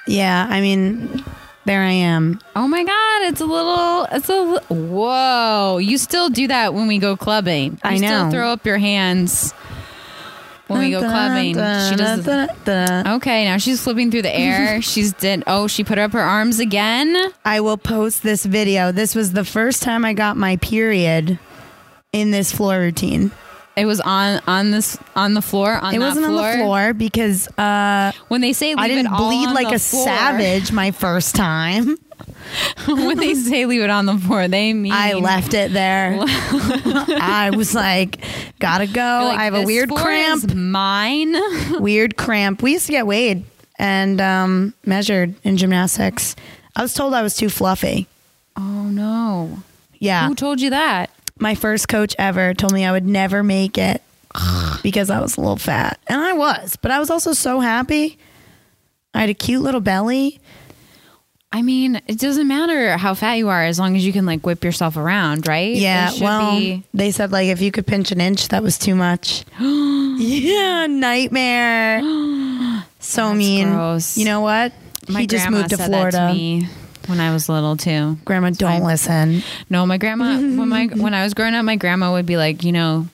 Speaker 1: yeah. I mean, there I am.
Speaker 2: Oh my God, it's a little, it's a li- whoa. You still do that when we go clubbing. You
Speaker 1: I know.
Speaker 2: Still throw up your hands when we go clubbing. She does. the- Okay, now she's flipping through the air. She's did. Oh, she put up her arms again.
Speaker 1: I will post this video. This was the first time I got my period in this floor routine.
Speaker 2: It was on on this on the floor. On
Speaker 1: it
Speaker 2: that
Speaker 1: wasn't
Speaker 2: floor.
Speaker 1: on the floor because uh,
Speaker 2: When they say leave
Speaker 1: I
Speaker 2: it
Speaker 1: didn't
Speaker 2: all
Speaker 1: bleed
Speaker 2: on
Speaker 1: like
Speaker 2: the
Speaker 1: a
Speaker 2: floor-
Speaker 1: savage my first time.
Speaker 2: when they say leave it on the floor, they mean
Speaker 1: I left it there. I was like, gotta go.
Speaker 2: You're like,
Speaker 1: I have a
Speaker 2: "This
Speaker 1: weird
Speaker 2: floor is
Speaker 1: cramp.
Speaker 2: mine.
Speaker 1: weird cramp. We used to get weighed and um, measured in gymnastics. I was told I was too fluffy.
Speaker 2: Oh no!
Speaker 1: Yeah.
Speaker 2: Who told you that?
Speaker 1: My first coach ever told me I would never make it because I was a little fat. And I was, but I was also so happy. I had a cute little belly.
Speaker 2: I mean, it doesn't matter how fat you are as long as you can like whip yourself around, right?
Speaker 1: Yeah,
Speaker 2: It should
Speaker 1: well,
Speaker 2: be-
Speaker 1: they said like if you could pinch an inch, that was too much. yeah, nightmare. so mean.
Speaker 2: gross.
Speaker 1: You know what?
Speaker 2: my
Speaker 1: he just
Speaker 2: grandma
Speaker 1: moved to
Speaker 2: said
Speaker 1: Florida.
Speaker 2: That to me when I was little too.
Speaker 1: Grandma, don't listen.
Speaker 2: No, my grandma when my when I was growing up, my grandma would be like, you know,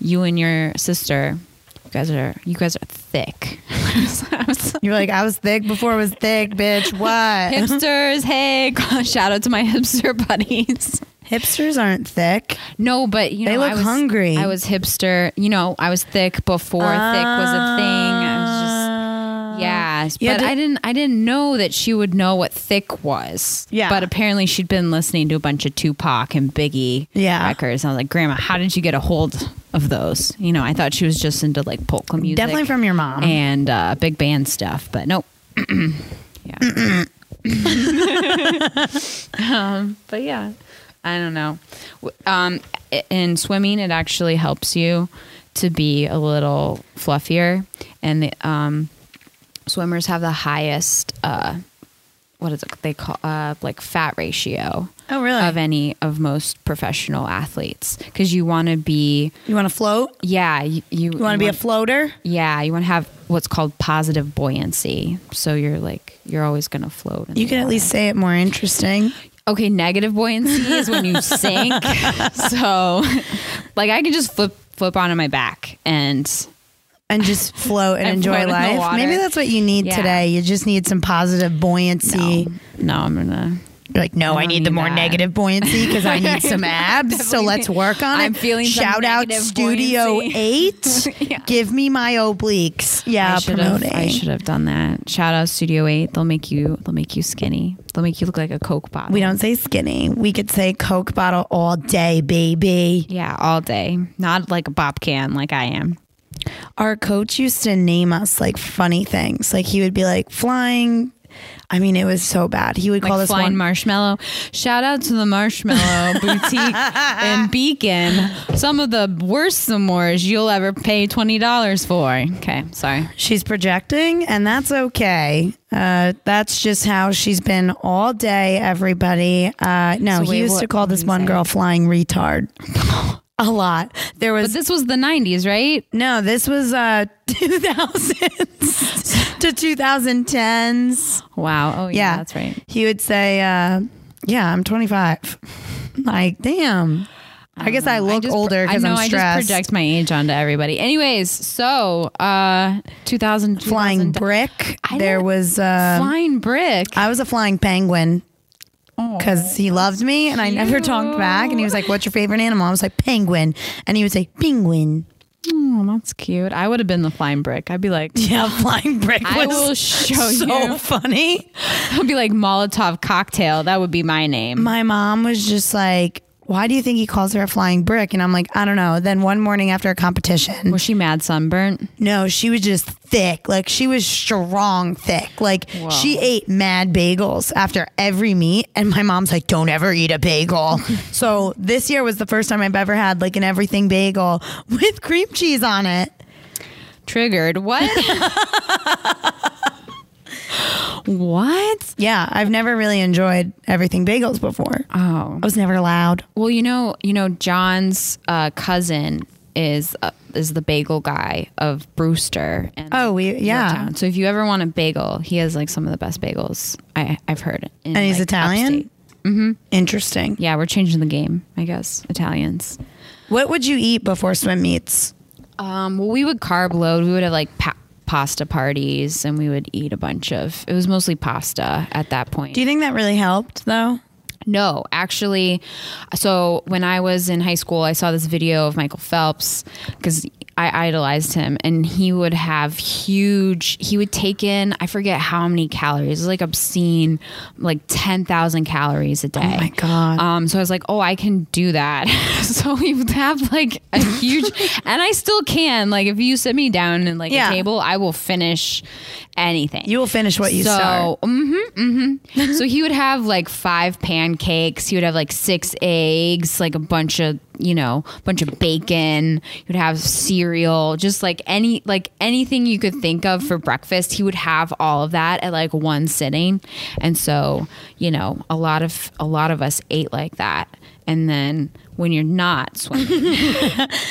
Speaker 2: you and your sister, you guys are you guys are thick. I was- I was
Speaker 1: You're like, I was thick before it was thick, bitch. What?
Speaker 2: hipsters hey shout out to my hipster buddies
Speaker 1: Hipsters aren't thick.
Speaker 2: no but you know
Speaker 1: They look
Speaker 2: I was,
Speaker 1: hungry.
Speaker 2: i was hipster you know i was thick before thick was a thing i was
Speaker 1: Ah.
Speaker 2: just yeah
Speaker 1: You had
Speaker 2: but
Speaker 1: to-
Speaker 2: i didn't i didn't know that she would know what thick was
Speaker 1: Yeah.
Speaker 2: but apparently she'd been listening to a bunch of tupac and biggie
Speaker 1: Yeah.
Speaker 2: records i was like grandma how did you get a hold of those you know i thought she was just into like polka music
Speaker 1: Definitely from your mom.
Speaker 2: and uh, big band stuff, but nope. yeah. um, but yeah, I don't know. W- Um, i- in swimming, it actually helps you to be a little fluffier, and the, um, swimmers have the highest uh, what is it they call uh, like fat ratio.
Speaker 1: Oh, really?
Speaker 2: Of any of most professional athletes, because you want to be,
Speaker 1: you want to float?
Speaker 2: yeah, you you,
Speaker 1: You want to be a floater?
Speaker 2: yeah, you want to have what's called positive buoyancy. So you're like you're always going to float. in
Speaker 1: You
Speaker 2: the
Speaker 1: can at
Speaker 2: water.
Speaker 1: least say it more interesting.
Speaker 2: okay. Negative buoyancy is when you sink. So, like I can just flip flip onto my back and
Speaker 1: And just float and
Speaker 2: And
Speaker 1: enjoy
Speaker 2: float in the
Speaker 1: life.
Speaker 2: water.
Speaker 1: Maybe that's what you need
Speaker 2: Yeah.
Speaker 1: today. You just need some positive buoyancy.
Speaker 2: no, no, I'm gonna.
Speaker 1: You're like, no, I,
Speaker 2: I
Speaker 1: need,
Speaker 2: need
Speaker 1: the more
Speaker 2: that.
Speaker 1: negative buoyancy because I need some abs. So
Speaker 2: definitely-
Speaker 1: let's work on it.
Speaker 2: I'm feeling some
Speaker 1: Shout out
Speaker 2: negative
Speaker 1: Studio Eight.
Speaker 2: Yeah.
Speaker 1: Give me my obliques. Yeah,
Speaker 2: I should have.
Speaker 1: promoting.
Speaker 2: I should have done that. Shout out Studio Eight. They'll make you. They'll make you skinny. They'll make you look like a Coke bottle.
Speaker 1: We don't say skinny. We could say Coke bottle all day, baby.
Speaker 2: Yeah, all day. Not like a Bob can, like I am.
Speaker 1: Our coach used to name us like funny things. Like he would be like flying. I mean, it was so bad. He would
Speaker 2: like
Speaker 1: call us
Speaker 2: flying
Speaker 1: one.
Speaker 2: marshmallow. Shout out to the Marshmallow Boutique in Beacon. Some of the worst s'mores you'll ever pay twenty dollars for. Okay, sorry.
Speaker 1: she's projecting, and that's okay. Uh, that's just how she's been all day. Everybody. Uh, no,
Speaker 2: So
Speaker 1: he
Speaker 2: wait,
Speaker 1: used
Speaker 2: what-
Speaker 1: to call
Speaker 2: what
Speaker 1: this
Speaker 2: did he
Speaker 1: one
Speaker 2: say?
Speaker 1: girl flying retard. A lot. There was
Speaker 2: But this was the '90s, right?
Speaker 1: no. This was uh, 2000s to 2010s.
Speaker 2: Wow. Oh yeah,
Speaker 1: Yeah,
Speaker 2: that's right.
Speaker 1: He would say, uh, "Yeah, I'm 25." Like, damn. I guess I look
Speaker 2: just pro-
Speaker 1: older because
Speaker 2: Um, Uh-huh. I
Speaker 1: I'm
Speaker 2: know, I just
Speaker 1: stressed.
Speaker 2: project my age onto everybody. Anyways, so uh, 2000
Speaker 1: flying
Speaker 2: 2000
Speaker 1: brick.
Speaker 2: I
Speaker 1: there
Speaker 2: don't-
Speaker 1: was. Uh,
Speaker 2: flying brick.
Speaker 1: I was a flying penguin
Speaker 2: Oh.
Speaker 1: because he loved me and I never talked back. And he was like, "What's your favorite animal?" I was like, "Penguin," and he would say, "Penguin."
Speaker 2: Oh, that's cute. I would have been the flying brick. I'd be like,
Speaker 1: Yeah, flying brick was
Speaker 2: I will show
Speaker 1: so
Speaker 2: you.
Speaker 1: funny.
Speaker 2: I'd be like Molotov cocktail. That would be my name.
Speaker 1: My mom was just like, "Why do you think he calls her a flying brick?" And I'm like, "I don't know." Then one morning after a competition,
Speaker 2: Was she mad sunburnt?
Speaker 1: no, she was just thick. Like she was strong, thick. Like she ate mad bagels after every meet, and my mom's like, "Don't ever eat a bagel." so this year was the first time I've ever had like an everything bagel with cream cheese on it.
Speaker 2: Triggered. What? what?
Speaker 1: Yeah, I've never really enjoyed everything bagels before.
Speaker 2: Oh.
Speaker 1: I was never allowed.
Speaker 2: Well, you know, you know, John's uh, cousin is uh, is the bagel guy of Brewster. And
Speaker 1: Oh, we yeah.
Speaker 2: Yorktown. So if you ever want a bagel, he has like some of the best bagels I, I've heard. in,
Speaker 1: And he's
Speaker 2: like,
Speaker 1: Italian?
Speaker 2: upstate.
Speaker 1: Interesting.
Speaker 2: Yeah, we're changing the game, I guess. Italians.
Speaker 1: What would you eat before swim meets?
Speaker 2: Um, well, we would carb load. We would have like pa- pasta parties, and we would eat a bunch of. It was mostly pasta at that point.
Speaker 1: Do you think that really helped though?
Speaker 2: No, actually, so when I was in high school, I saw this video of Michael Phelps because I idolized him, and he would have huge. He would take in I forget how many calories, it was like obscene, like ten thousand calories a day. Oh
Speaker 1: my God.
Speaker 2: Um, so I was like, oh, I can do that. so we would have like a huge, and I still can. Like if you sit me down and like
Speaker 1: Yeah.
Speaker 2: a table, I will finish anything.
Speaker 1: You will finish what you
Speaker 2: so,
Speaker 1: start.
Speaker 2: hmm hmm so he would have like five pancakes. He would have like six eggs, like a bunch of you know, bunch of bacon. He would have cereal, just like any like anything you could think of for breakfast. He would have all of that at like one sitting, and so you know, a lot of a lot of us ate like that. And then when you're not swimming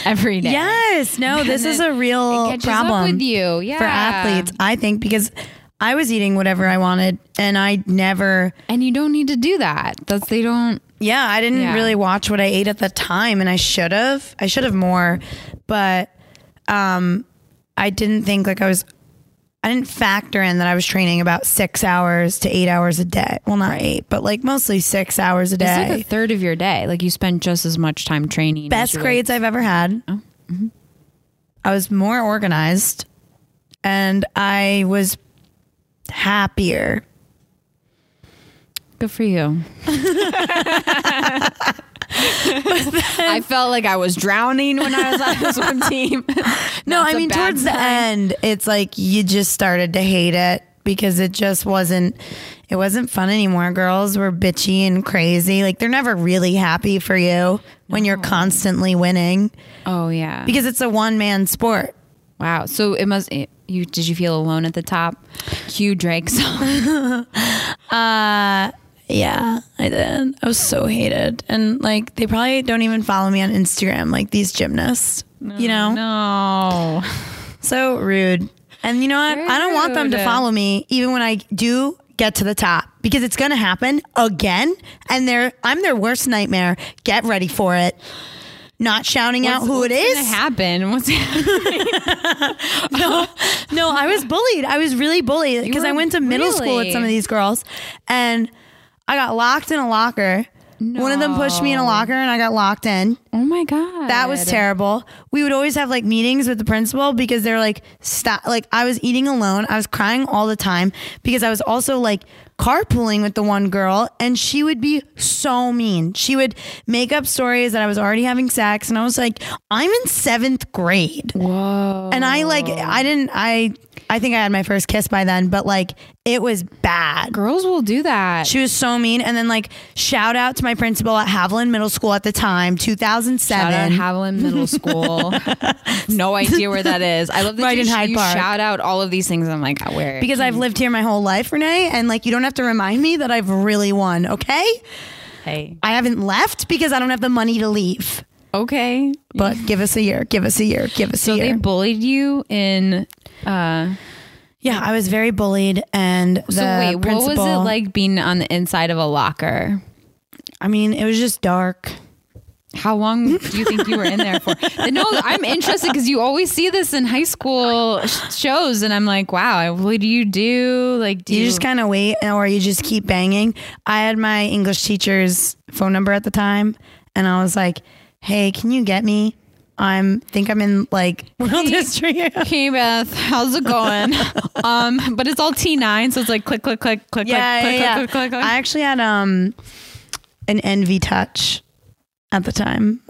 Speaker 2: every day,
Speaker 1: Yes. No, this
Speaker 2: And
Speaker 1: is
Speaker 2: it-
Speaker 1: a real
Speaker 2: it catches up
Speaker 1: problem
Speaker 2: with you. Yeah,
Speaker 1: for athletes, I think, because I was eating whatever I wanted and I never
Speaker 2: and you don't need to do that. That's they don't.
Speaker 1: Yeah, I didn't
Speaker 2: Yeah.
Speaker 1: really watch what I ate at the time and I should have. I should have more, but um I didn't think like I was I didn't factor in that I was training about 6 hours to 8 hours a day. Well, not 8, but like mostly 6 hours a day.
Speaker 2: It's like a third of your day. Like you spend just as much time training. as
Speaker 1: best
Speaker 2: you would-
Speaker 1: grades I've ever had.
Speaker 2: Oh.
Speaker 1: Mm-hmm. I was more organized and I was happier.
Speaker 2: Good for you. I felt like I was drowning when I was on the swim team.
Speaker 1: No,
Speaker 2: That's
Speaker 1: I
Speaker 2: a
Speaker 1: mean,
Speaker 2: bad
Speaker 1: towards the end, it's like you just started to hate it because it just wasn't. It wasn't fun anymore. Girls were bitchy and crazy. Like they're never really happy for you when you're constantly winning
Speaker 2: Oh yeah.
Speaker 1: because it's a one man sport.
Speaker 2: wow. So it must. It, you did you feel alone at the top? Cue Drake song.
Speaker 1: Yeah, I did. I was so hated. And like they probably don't even follow me on Instagram, like these gymnasts. you know?
Speaker 2: No.
Speaker 1: So rude. And you know what? I don't want them to
Speaker 2: Rude.
Speaker 1: follow me even when I do get to the top because it's going to happen again and they're I'm their worst nightmare. Get ready for it. Not shouting out who it
Speaker 2: What's
Speaker 1: is.
Speaker 2: gonna happen? What's
Speaker 1: no, I was bullied. I was really bullied because I
Speaker 2: were-
Speaker 1: went to middle school with
Speaker 2: really?
Speaker 1: some of these girls and I got locked in a locker. One of them pushed me in a locker and I got locked in.
Speaker 2: oh my god.
Speaker 1: That was terrible. We would always have like meetings with the principal because they're like, stop. Like, I was eating alone. I was crying all the time because I was also like carpooling with the one girl, and she would be so mean. She would make up stories that I was already having sex, and I was like, I'm in seventh grade.
Speaker 2: Whoa.
Speaker 1: And I like, I didn't, I, I think I had my first kiss by then, but like, it was bad.
Speaker 2: Girls will do that.
Speaker 1: She was so mean. And then, like, shout out to my principal at Haviland Middle School at the time, 2007.
Speaker 2: Shout out Haviland Middle School. no idea where that is. I love that
Speaker 1: Right
Speaker 2: you,
Speaker 1: in Hyde
Speaker 2: you
Speaker 1: Park.
Speaker 2: shout out all of these things. I'm like, where?
Speaker 1: because I've lived here my whole life, Renee, and like you don't have to remind me that I've really won, okay?
Speaker 2: hey,
Speaker 1: I haven't left because I don't have the money to leave.
Speaker 2: okay.
Speaker 1: But give us a year, give us a year, give us
Speaker 2: So
Speaker 1: a year.
Speaker 2: they bullied you in. Uh,
Speaker 1: yeah, I was very bullied, and the
Speaker 2: so wait,
Speaker 1: principal.
Speaker 2: what was it like being on the inside of a locker?
Speaker 1: I mean, it was just dark.
Speaker 2: How long do you think you were in there for? no, I'm interested because you always see this in high school sh- shows, and I'm like, wow, what do you do? Like, do
Speaker 1: You
Speaker 2: you,
Speaker 1: just kind of wait, or you just keep banging. I had my English teacher's phone number at the time, and I was like, "Hey, can you get me?" I'm think I'm in like world history.
Speaker 2: Hey Beth, how's it going? um, but it's all T9, so it's like click, click, click, click,
Speaker 1: yeah,
Speaker 2: click,
Speaker 1: yeah, yeah.
Speaker 2: click, click, click, click,
Speaker 1: I actually had um an envy touch at the time.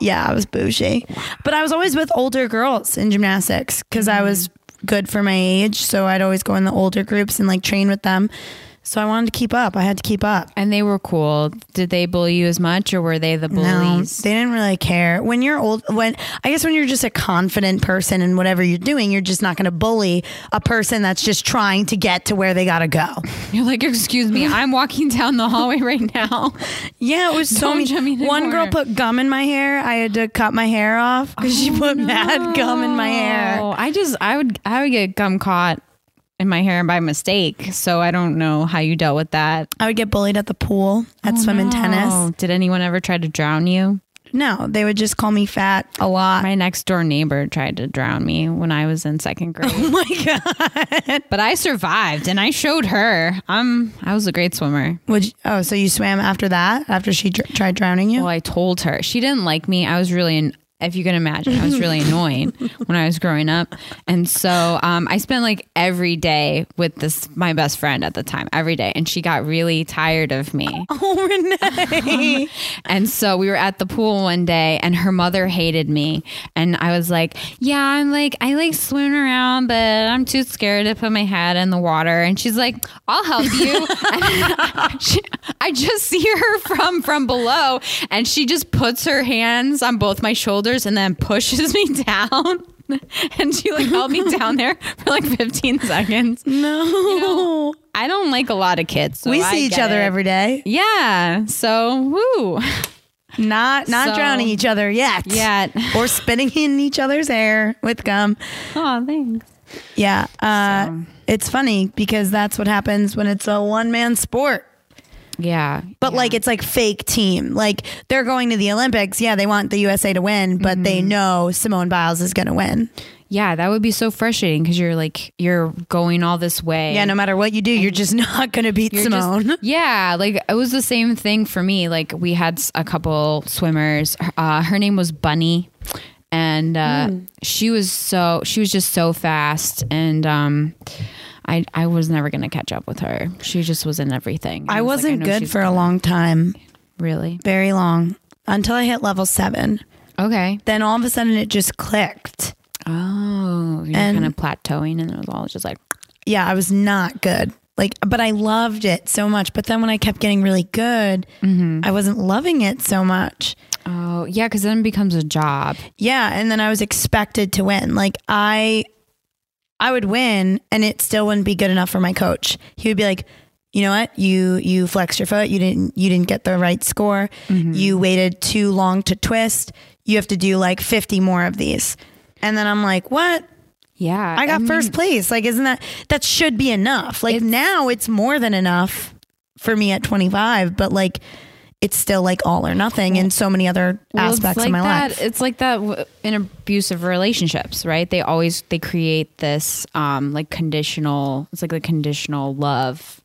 Speaker 1: Yeah, I was bougie, but I was always with older girls in gymnastics because I was
Speaker 2: Mm-hmm.
Speaker 1: good for my age. So I'd always go in the older groups and like train with them. So I wanted to keep up. I had to keep up.
Speaker 2: And they were cool. Did they bully you as much, or were they the
Speaker 1: No,
Speaker 2: bullies?
Speaker 1: Um, they didn't really care. When you're old, when I guess when you're just a confident person and whatever you're doing, you're just not going to bully a person that's just trying to get to where they got to go.
Speaker 2: You're like, excuse me, I'm walking down the hallway right now.
Speaker 1: Yeah, it was so
Speaker 2: Don't
Speaker 1: many.
Speaker 2: jump me
Speaker 1: One girl
Speaker 2: anymore.
Speaker 1: put gum in my hair. I had to cut my hair off because she put mad gum in my hair.
Speaker 2: Oh, I just, I would, I would get gum caught in my hair by mistake. So I don't know how you dealt with that.
Speaker 1: I would get bullied at the pool, at swim and tennis.
Speaker 2: Oh, did anyone ever try to drown you?
Speaker 1: No, they would just call me fat a lot.
Speaker 2: My next door neighbor tried to drown me when I was in second grade,
Speaker 1: Oh my god!
Speaker 2: but I survived and I showed her. I'm, I was a great swimmer.
Speaker 1: Would you, oh, so you swam after that? After she dr- tried drowning you?
Speaker 2: Well, I told her she didn't like me. I was really, an- if you can imagine, I was really annoying when I was growing up, and so um, I spent like every day with this my best friend at the time, every day, and she got really tired of me.
Speaker 1: Oh, Renee!
Speaker 2: And so we were at the pool one day and her mother hated me. And I was like, Yeah, I'm like, I like swimming around, but I'm too scared to put my head in the water. And she's like, I'll help you. and she, I just see her from from below and she just puts her hands on both my shoulders and then pushes me down. And she like held me down there for like 15 seconds.
Speaker 1: no,
Speaker 2: I don't like a lot of kids. so
Speaker 1: Oh, we
Speaker 2: I
Speaker 1: see each
Speaker 2: get
Speaker 1: other
Speaker 2: it.
Speaker 1: every day.
Speaker 2: Yeah. So, woo.
Speaker 1: Not not
Speaker 2: So-
Speaker 1: drowning each other yet.
Speaker 2: Yet.
Speaker 1: or spitting in each other's hair with gum.
Speaker 2: Oh, thanks.
Speaker 1: Yeah. Uh, It's funny because that's what happens when it's a one man sport.
Speaker 2: Yeah.
Speaker 1: But like it's like fake team. Like they're going to the Olympics. Yeah, they want the USA to win, but they know Simone Biles is going to win.
Speaker 2: Yeah, that would be so frustrating because you're like you're going all this way.
Speaker 1: Yeah, no matter what you do, you're just not going to beat
Speaker 2: You're just-
Speaker 1: Simone.
Speaker 2: yeah, like it was the same thing for me. Like we had s- a couple swimmers. Uh, her name was Bunny, and uh, she was so she was just so fast, and um, I I was never gonna catch up with her. She just was in everything.
Speaker 1: I
Speaker 2: was like,
Speaker 1: wasn't
Speaker 2: know
Speaker 1: good
Speaker 2: she's-
Speaker 1: for a long time,
Speaker 2: really.
Speaker 1: very long, until I hit level seven.
Speaker 2: Okay.
Speaker 1: Then all of a sudden it just clicked.
Speaker 2: Oh, you're
Speaker 1: And-
Speaker 2: kind of plateauing, and it was all just like
Speaker 1: yeah, I was not good. Like, but I loved it so much. But then when I kept getting really good, I wasn't loving it so much.
Speaker 2: oh yeah, because then it becomes a job.
Speaker 1: Yeah, and then I was expected to win. Like I, I would win, and it still wouldn't be good enough for my coach. He would be like, "You know what? You you flexed your foot. You didn't you didn't get the right score.
Speaker 2: Mm-hmm.
Speaker 1: You waited too long to twist. You have to do like fifty more of these." And then I'm like, "What?
Speaker 2: Yeah,
Speaker 1: I got
Speaker 2: mean-
Speaker 1: first place. Like, isn't that that should be enough? Like now, it's more than enough for me at 25. But like, it's still like all or nothing in so many other
Speaker 2: Well, it's
Speaker 1: aspects
Speaker 2: like
Speaker 1: of my
Speaker 2: that,
Speaker 1: life.
Speaker 2: It's like that w- in abusive relationships, right? They always they create this um like conditional. It's like the conditional love.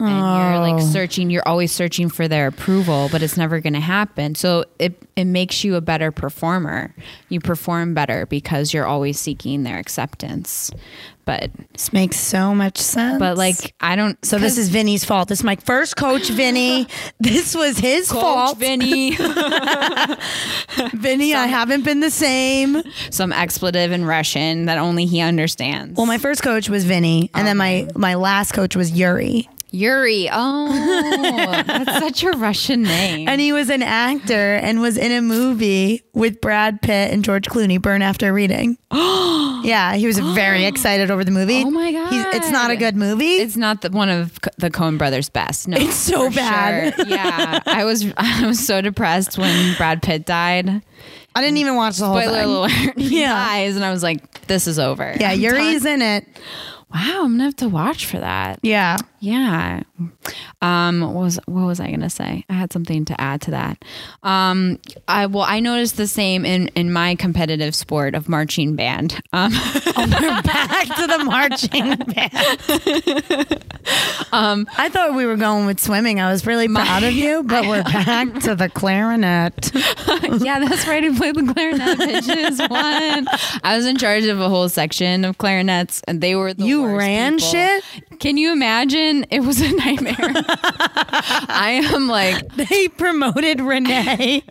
Speaker 2: And you're
Speaker 1: Oh.
Speaker 2: like searching, you're always searching for their approval, but it's never going to happen. So it, it makes you a better performer. You perform better because you're always seeking their acceptance. But,
Speaker 1: This makes so much sense.
Speaker 2: but like, I don't.
Speaker 1: so this is Vinny's fault. This is my first coach, Vinny. this was his fault,
Speaker 2: Vinny.
Speaker 1: Vinny. I haven't been the same.
Speaker 2: Some expletive in Russian that only he understands.
Speaker 1: Well, my first coach was Vinny, and then my my last coach was Yuri,
Speaker 2: Yuri. Oh, that's such a Russian name.
Speaker 1: and he was an actor and was in a movie with Brad Pitt and George Clooney, Burn After Reading. Yeah, he was very excited over the movie.
Speaker 2: Oh my
Speaker 1: it's not a
Speaker 2: God.
Speaker 1: good movie.
Speaker 2: It's not the, one of Co- the Coen brothers' best. No,
Speaker 1: It's so
Speaker 2: for
Speaker 1: bad.
Speaker 2: sure. Yeah, I was I was so depressed when Brad Pitt died.
Speaker 1: I didn't even watch the whole
Speaker 2: Spoiler
Speaker 1: thing.
Speaker 2: alert! He
Speaker 1: Yeah.
Speaker 2: dies, and I was like, "This is over."
Speaker 1: Yeah,
Speaker 2: I'm
Speaker 1: Yuri's in
Speaker 2: done.
Speaker 1: it.
Speaker 2: Wow, I'm gonna have to watch for that.
Speaker 1: Yeah,
Speaker 2: Yeah. Um, what was what was I gonna say? I had something to add to that. Um, I well, I noticed the same in in my competitive sport of marching band. Um,
Speaker 1: we're back to the marching band. Um, I thought we were going with swimming. I was really proud of you, but we're back to the clarinet.
Speaker 2: yeah, that's right. I played the clarinet bitches one. I was in charge of a whole section of clarinets, and they were the
Speaker 1: You
Speaker 2: worst
Speaker 1: ran
Speaker 2: people.
Speaker 1: shit?
Speaker 2: Can you imagine? It was a nightmare. I am like
Speaker 1: They promoted Renee.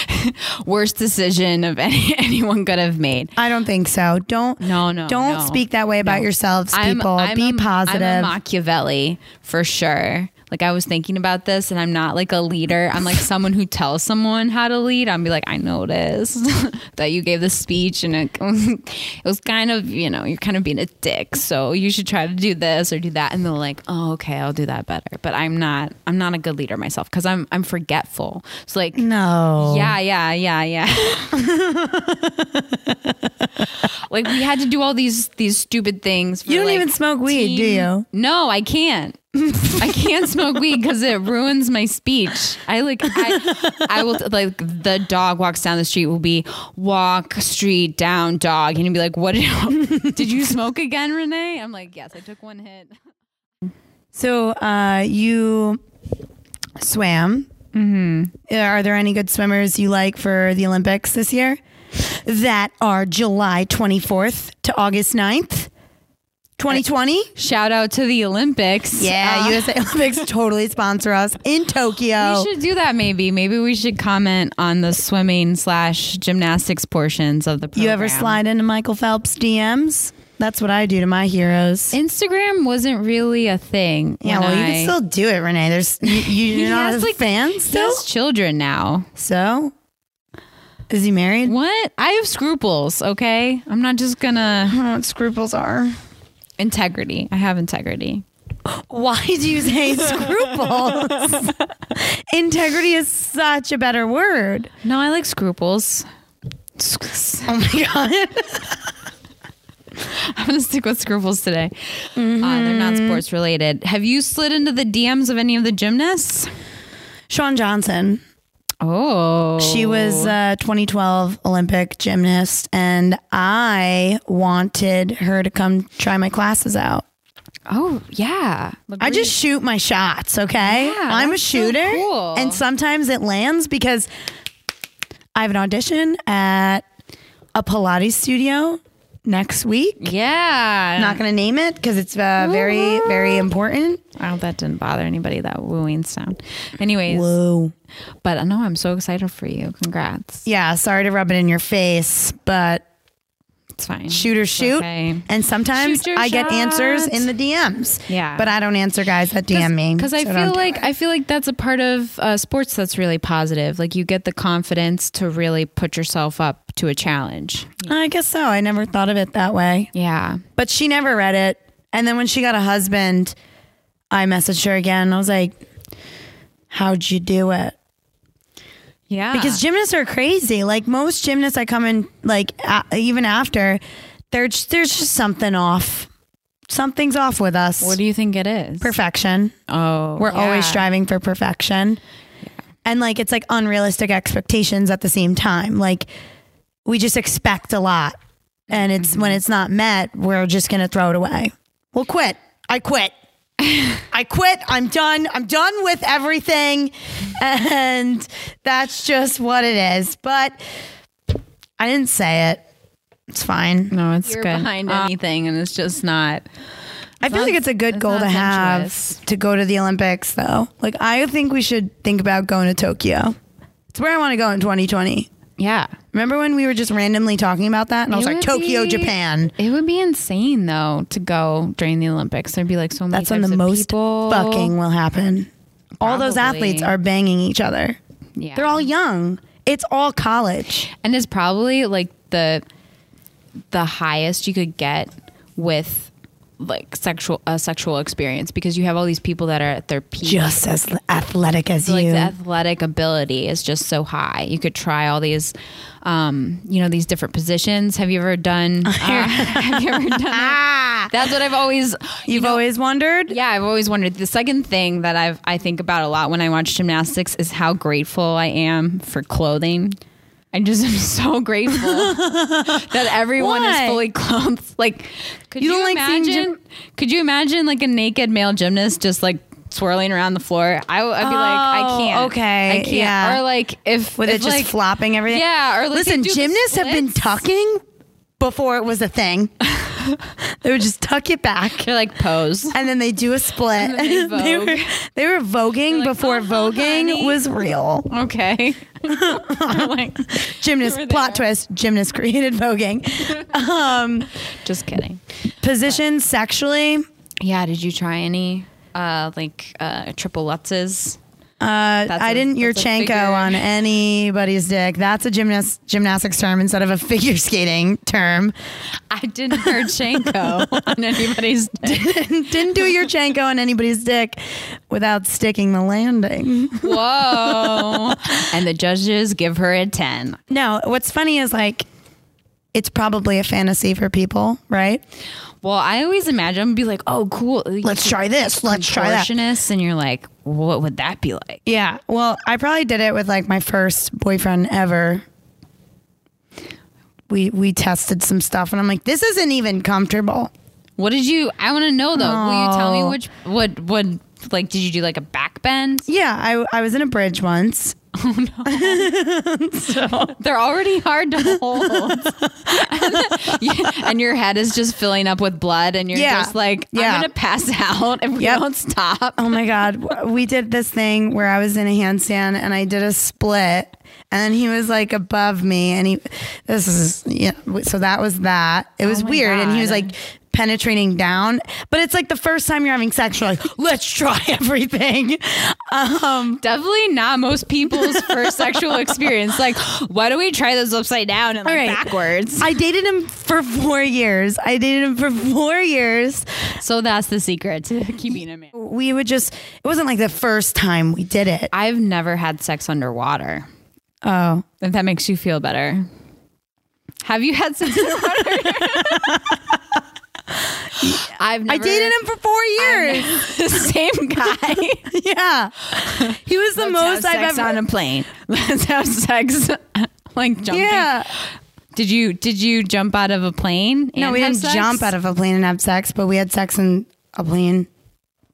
Speaker 2: worst decision of any anyone could have made.
Speaker 1: I don't think so. Don't
Speaker 2: No, no,
Speaker 1: Don't
Speaker 2: no.
Speaker 1: speak that way about
Speaker 2: No.
Speaker 1: yourselves, people. Be
Speaker 2: a-
Speaker 1: positive.
Speaker 2: I'm a Machiavelli for sure. Like I was thinking about this, and I'm not like a leader. I'm like someone who tells someone how to lead. I'm be like, I noticed that you gave this speech, and it, it was kind of you know you're kind of being a dick, so you should try to do this or do that. And they're like, oh okay, I'll do that better. But I'm not I'm not a good leader myself because I'm I'm forgetful. So like
Speaker 1: no.
Speaker 2: yeah, yeah, yeah, yeah. like we had to do all these these stupid things. For
Speaker 1: You don't
Speaker 2: like,
Speaker 1: even smoke weed, do you?
Speaker 2: No, I can't. I can't smoke weed because it ruins my speech. I like I, I will like the dog walks down the street will be walk street down dog and you'll be like what did, did you smoke again Renee? I'm like yes I took one hit.
Speaker 1: So uh, you swam. Mm-hmm. Are there any good swimmers you like for the Olympics this year? That are July 24th to August 9th, 2020.
Speaker 2: Shout out to the Olympics.
Speaker 1: Yeah,
Speaker 2: Uh,
Speaker 1: USA Olympics totally sponsor us in Tokyo.
Speaker 2: We should do that maybe. Maybe we should comment on the swimming slash gymnastics portions of the program.
Speaker 1: you ever slide into Michael Phelps DMs? That's what I do to my heroes.
Speaker 2: Instagram wasn't really a thing.
Speaker 1: yeah,
Speaker 2: when
Speaker 1: well, you
Speaker 2: I-
Speaker 1: can still do it, Renee. There's you,
Speaker 2: He
Speaker 1: you're not
Speaker 2: has,
Speaker 1: a fan
Speaker 2: He
Speaker 1: still.
Speaker 2: has children now.
Speaker 1: So, is he married?
Speaker 2: What? I have scruples, okay? I'm not just gonna.
Speaker 1: I don't know what scruples are.
Speaker 2: Integrity. I have integrity.
Speaker 1: Why do you say scruples? Integrity is such a better word.
Speaker 2: No, I like scruples. Sc-
Speaker 1: Oh my god.
Speaker 2: I'm gonna stick with scruples today. Uh, they're
Speaker 1: Mm-hmm.
Speaker 2: not sports related. Have you slid into the DMs of any of the gymnasts?
Speaker 1: Sean Johnson.
Speaker 2: Oh.
Speaker 1: She was a 2012 Olympic gymnast and I wanted her to come try my classes out.
Speaker 2: Oh, yeah.
Speaker 1: I just shoot my shots, okay?
Speaker 2: Yeah,
Speaker 1: I'm a
Speaker 2: that's so
Speaker 1: shooter.
Speaker 2: cool.
Speaker 1: And sometimes it lands because I have an audition at a Pilates studio next week.
Speaker 2: Yeah.
Speaker 1: Not going to name it because it's uh, very, very important.
Speaker 2: Oh, that didn't bother anybody, that wooing sound. Anyways,
Speaker 1: Whoa.
Speaker 2: but I know I'm so excited for you. Congrats.
Speaker 1: Yeah, sorry to rub it in your face, but
Speaker 2: It's fine.
Speaker 1: shooter shoot.
Speaker 2: okay.
Speaker 1: And sometimes
Speaker 2: Shoot your
Speaker 1: I get answers
Speaker 2: shot.
Speaker 1: in the DMs.
Speaker 2: Yeah.
Speaker 1: But I don't answer guys that DM me.
Speaker 2: Because I
Speaker 1: so
Speaker 2: feel
Speaker 1: don't-
Speaker 2: like I feel like that's a part of uh, sports that's really positive. Like you get the confidence to really put yourself up to a challenge.
Speaker 1: I guess so. I never thought of it that way.
Speaker 2: Yeah.
Speaker 1: But she never read it. And then when she got a husband, I messaged her again. I was like, How'd you do it?
Speaker 2: Yeah.
Speaker 1: because gymnasts are crazy. Like most gymnasts, I come in like a even after there's there's just something off. Something's off with us.
Speaker 2: what do you think it is?
Speaker 1: perfection.
Speaker 2: Oh,
Speaker 1: We're always
Speaker 2: yeah.
Speaker 1: striving for perfection, and like it's like unrealistic expectations at the same time. Like we just expect a lot, and it's
Speaker 2: Mm-hmm.
Speaker 1: when it's not met, we're just gonna throw it away. We'll quit. I quit. I quit. I'm done. I'm done with everything. And that's just what it is. But I didn't say it. It's fine.
Speaker 2: No, it's
Speaker 3: You're
Speaker 2: good.
Speaker 3: behind
Speaker 2: Uh, anything, and it's just not.
Speaker 1: I feel like it's a good goal
Speaker 2: not
Speaker 1: to have
Speaker 2: sensuous.
Speaker 1: to go to the Olympics, though. Like, I think we should think about going to Tokyo. It's where I want to go in 2020.
Speaker 2: Yeah.
Speaker 1: Remember when we were just randomly talking about that? And I was
Speaker 2: It
Speaker 1: like,
Speaker 2: would
Speaker 1: Tokyo,
Speaker 2: be-
Speaker 1: Japan.
Speaker 2: It would be insane though to go during the Olympics. There'd be like so many.
Speaker 1: That's when
Speaker 2: types
Speaker 1: the
Speaker 2: of
Speaker 1: most
Speaker 2: people.
Speaker 1: fucking will happen. All those
Speaker 2: Probably.
Speaker 1: athletes are banging each other.
Speaker 2: Yeah.
Speaker 1: They're all young. It's all college.
Speaker 2: and it's probably like the the highest you could get with like sexual a sexual experience because you have all these people that are at their peak.
Speaker 1: just as athletic as
Speaker 2: like
Speaker 1: you.
Speaker 2: the athletic ability is just so high. You could try all these, um, you know, these different positions. Have you ever done? uh, have you ever done? That? That's what I've always.
Speaker 1: You've always wondered.
Speaker 2: Yeah, I've always wondered. The second thing that I've I think about a lot when I watch gymnastics is how grateful I am for clothing. I just am so grateful that everyone
Speaker 1: Why?
Speaker 2: is fully clothed. Like, could
Speaker 1: You
Speaker 2: you,
Speaker 1: don't like seeing
Speaker 2: imagine?
Speaker 1: gym-
Speaker 2: Could you imagine like a naked male gymnast just like swirling around the floor? I, would be like, I
Speaker 1: Oh,
Speaker 2: can't.
Speaker 1: okay,
Speaker 2: I can't.
Speaker 1: yeah.
Speaker 2: Or like if
Speaker 1: with
Speaker 2: if,
Speaker 1: it just
Speaker 2: like,
Speaker 1: flopping everything.
Speaker 2: Yeah, or like they
Speaker 1: listen,
Speaker 2: do the
Speaker 1: gymnasts have been
Speaker 2: splits.
Speaker 1: tucking before it was a thing. they would just tuck it back,
Speaker 2: They're like pose.
Speaker 1: and then they do a split.
Speaker 2: then they
Speaker 1: they were
Speaker 2: vogue.
Speaker 1: they were voguing
Speaker 2: like,
Speaker 1: before
Speaker 2: "Uh-huh,
Speaker 1: voguing
Speaker 2: honey."
Speaker 1: was real.
Speaker 2: Okay. like,
Speaker 1: Gymnast
Speaker 2: were
Speaker 1: plot
Speaker 2: there.
Speaker 1: twist. Gymnast created voguing. um,
Speaker 2: just kidding.
Speaker 1: position sexually. uh,
Speaker 2: Yeah, did you try any uh like uh triple lutzes?
Speaker 1: Uh,
Speaker 2: That's
Speaker 1: I
Speaker 2: a-
Speaker 1: didn't
Speaker 2: that's a figure.
Speaker 1: Yurchenko on anybody's dick. That's a gymnast gymnastics term instead of a figure skating term.
Speaker 2: I didn't hurt Shanko on anybody's dick.
Speaker 1: Didn't do your Yurchenko on anybody's dick without sticking the landing.
Speaker 2: Whoa. and the judges give her a 10.
Speaker 1: No, what's funny is like, it's probably a fantasy for people, right?
Speaker 2: Well, I always imagine I'd be like, "Oh, cool.
Speaker 1: Let's try this. Let's try that.
Speaker 2: Contortionist, and you're like, "What would that be like?"
Speaker 1: Yeah. Well, I probably did it with like my first boyfriend ever. We we tested some stuff, and I'm like, this isn't even comfortable.
Speaker 2: What did you? I want to know though. Will you tell me
Speaker 1: Oh.
Speaker 2: which? What? What? Like, did you do like a back bend?
Speaker 1: Yeah, I I was in a bridge once.
Speaker 2: They're already hard to hold, Yeah, and your head is just filling up with blood, and you're
Speaker 1: Yeah.
Speaker 2: just like, "I'm
Speaker 1: Yeah.
Speaker 2: gonna pass out if we
Speaker 1: Yep.
Speaker 2: don't stop."
Speaker 1: Oh my God. W- We did this thing where I was in a handstand and I did a split and he was like above me and he, this is, yeah. w- So that was that. It was
Speaker 2: Oh my
Speaker 1: weird. And he was
Speaker 2: God.
Speaker 1: like penetrating down, but it's like the first time you're having sex, you're like, let's try everything. Um,
Speaker 2: Definitely not most people's first sexual experience. Like, why do we try this upside down and like
Speaker 1: All right.
Speaker 2: backwards?
Speaker 1: I dated him for four years. I dated him for four years.
Speaker 2: So that's the secret to keeping a man.
Speaker 1: We would just, it wasn't like the first time we did it.
Speaker 2: I've never had sex underwater.
Speaker 1: Oh.
Speaker 2: If that makes you feel better. Have you had sex underwater? I've
Speaker 1: I
Speaker 2: never
Speaker 1: dated him for four years.
Speaker 2: the same guy.
Speaker 1: Yeah. He was the most
Speaker 2: Let's have
Speaker 1: I've
Speaker 2: sex
Speaker 1: ever.
Speaker 2: on a plane. Let's have sex like jumping.
Speaker 1: yeah.
Speaker 2: Did you did you jump out of a plane?
Speaker 1: No,
Speaker 2: and
Speaker 1: we
Speaker 2: have
Speaker 1: didn't
Speaker 2: sex?
Speaker 1: jump out of a plane and have sex, but we had sex in a plane.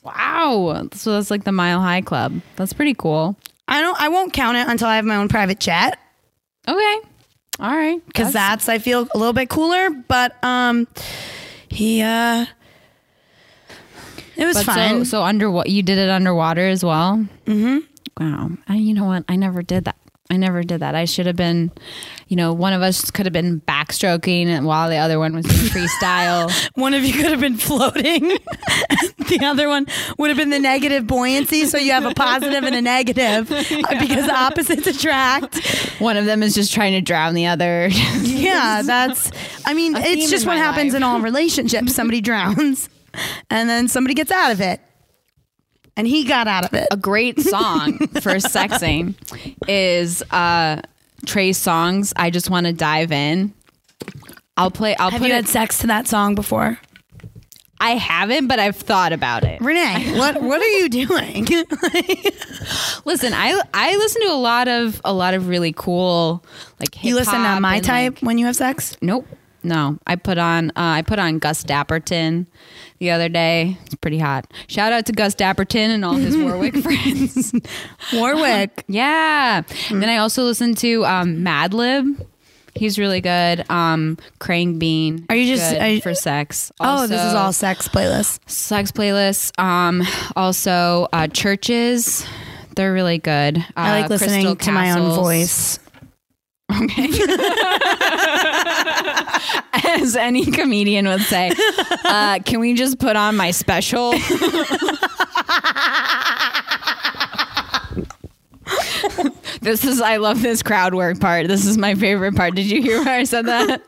Speaker 2: Wow. So that's like the Mile High Club. That's pretty cool.
Speaker 1: I don't. I won't count it until I have my own private jet
Speaker 2: Okay. All right.
Speaker 1: because that's I feel a little bit cooler. But um, he uh, it was
Speaker 2: But
Speaker 1: fine.
Speaker 2: So, so under what you did it underwater as well. Mm-hmm. Wow. I, you know what? I never did that. I never did that. I should have been, you know, one of us could have been backstroking and while the other one was doing freestyle.
Speaker 1: one of you could have been floating. the other one would have been the negative buoyancy. So you have a positive and a negative uh, because opposites attract.
Speaker 2: one of them is just trying to drown the other.
Speaker 1: Yeah, that's. I mean,
Speaker 2: theme
Speaker 1: it's just
Speaker 2: in
Speaker 1: what
Speaker 2: my
Speaker 1: happens
Speaker 2: life.
Speaker 1: in all relationships. Somebody drowns, and then somebody gets out of it, and he got out of it.
Speaker 2: A great song for sexing is uh Trey Songz. I just want to dive in. I'll play. I'll
Speaker 1: Have
Speaker 2: put
Speaker 1: you
Speaker 2: it.
Speaker 1: had sex to that song before,
Speaker 2: I haven't, but I've thought about it.
Speaker 1: Renee? What What are you doing?
Speaker 2: Listen, I I listen to a lot of a lot of really cool like
Speaker 1: you listen to
Speaker 2: hip-hop
Speaker 1: my
Speaker 2: and,
Speaker 1: type
Speaker 2: like-
Speaker 1: when you have sex.
Speaker 2: nope, no. I put on uh, I put on Gus Dapperton the other day. It's pretty hot. Shout out to Gus Dapperton and all his Warwick friends.
Speaker 1: Warwick.
Speaker 2: Yeah. And
Speaker 1: Hmm.
Speaker 2: Then I also listen to um, Madlib. He's really good. Um, Crane Bean.
Speaker 1: Are you just-
Speaker 2: good
Speaker 1: are you-
Speaker 2: for sex?
Speaker 1: oh, this is
Speaker 2: Also-
Speaker 1: all sex playlist.
Speaker 2: sex playlists. Um, also uh, churches, they're really good. Uh,
Speaker 1: I like listening
Speaker 2: Crystal
Speaker 1: to my own
Speaker 2: Castles.
Speaker 1: voice.
Speaker 2: as any comedian would say. Uh, can we just put on my special? this is I love this crowd work part. This is my favorite part. Did you hear where I said that?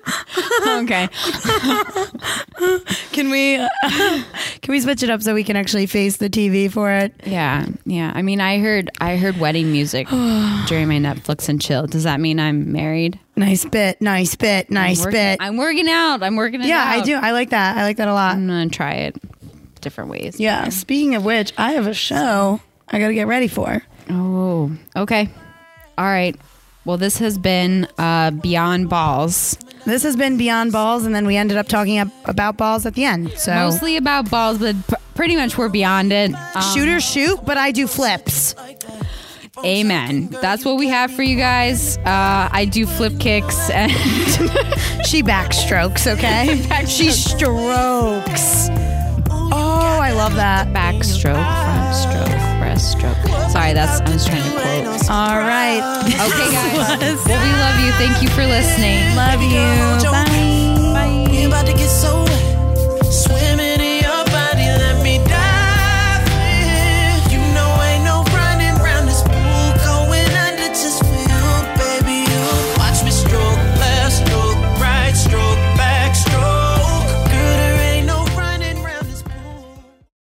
Speaker 2: okay.
Speaker 1: Can we Can we switch it up so we can actually face the TV for it?
Speaker 2: Yeah, yeah. I mean, I heard I heard wedding music during my Netflix and chill. Does that mean I'm married?
Speaker 1: Nice bit. Nice bit. Nice
Speaker 2: Working-
Speaker 1: bit.
Speaker 2: I'm working out. I'm working it
Speaker 1: yeah, I
Speaker 2: out.
Speaker 1: do. I like that. I like that a lot.
Speaker 2: I'm gonna try it different ways.
Speaker 1: Yeah. Speaking of which, I have a show I got to get ready for.
Speaker 2: Oh, okay. All right. Well, this has been uh, Beyond Balls.
Speaker 1: This has been Beyond Balls, and then we ended up talking ab- about balls at the end. So
Speaker 2: Mostly about balls, but pr- pretty much we're beyond it. Um,
Speaker 1: shoot or shoot, but I do flips.
Speaker 2: Amen. That's what we have for you guys. Uh, I do flip kicks and
Speaker 1: She backstrokes, okay? She strokes. Oh, I love that.
Speaker 2: backstroke, front stroke, breaststroke. Sorry, that's I was trying to quote.
Speaker 1: All right.
Speaker 2: Okay, guys. Well, we love you. Thank you for listening.
Speaker 1: Love you. Bye.
Speaker 3: We about to get so wet.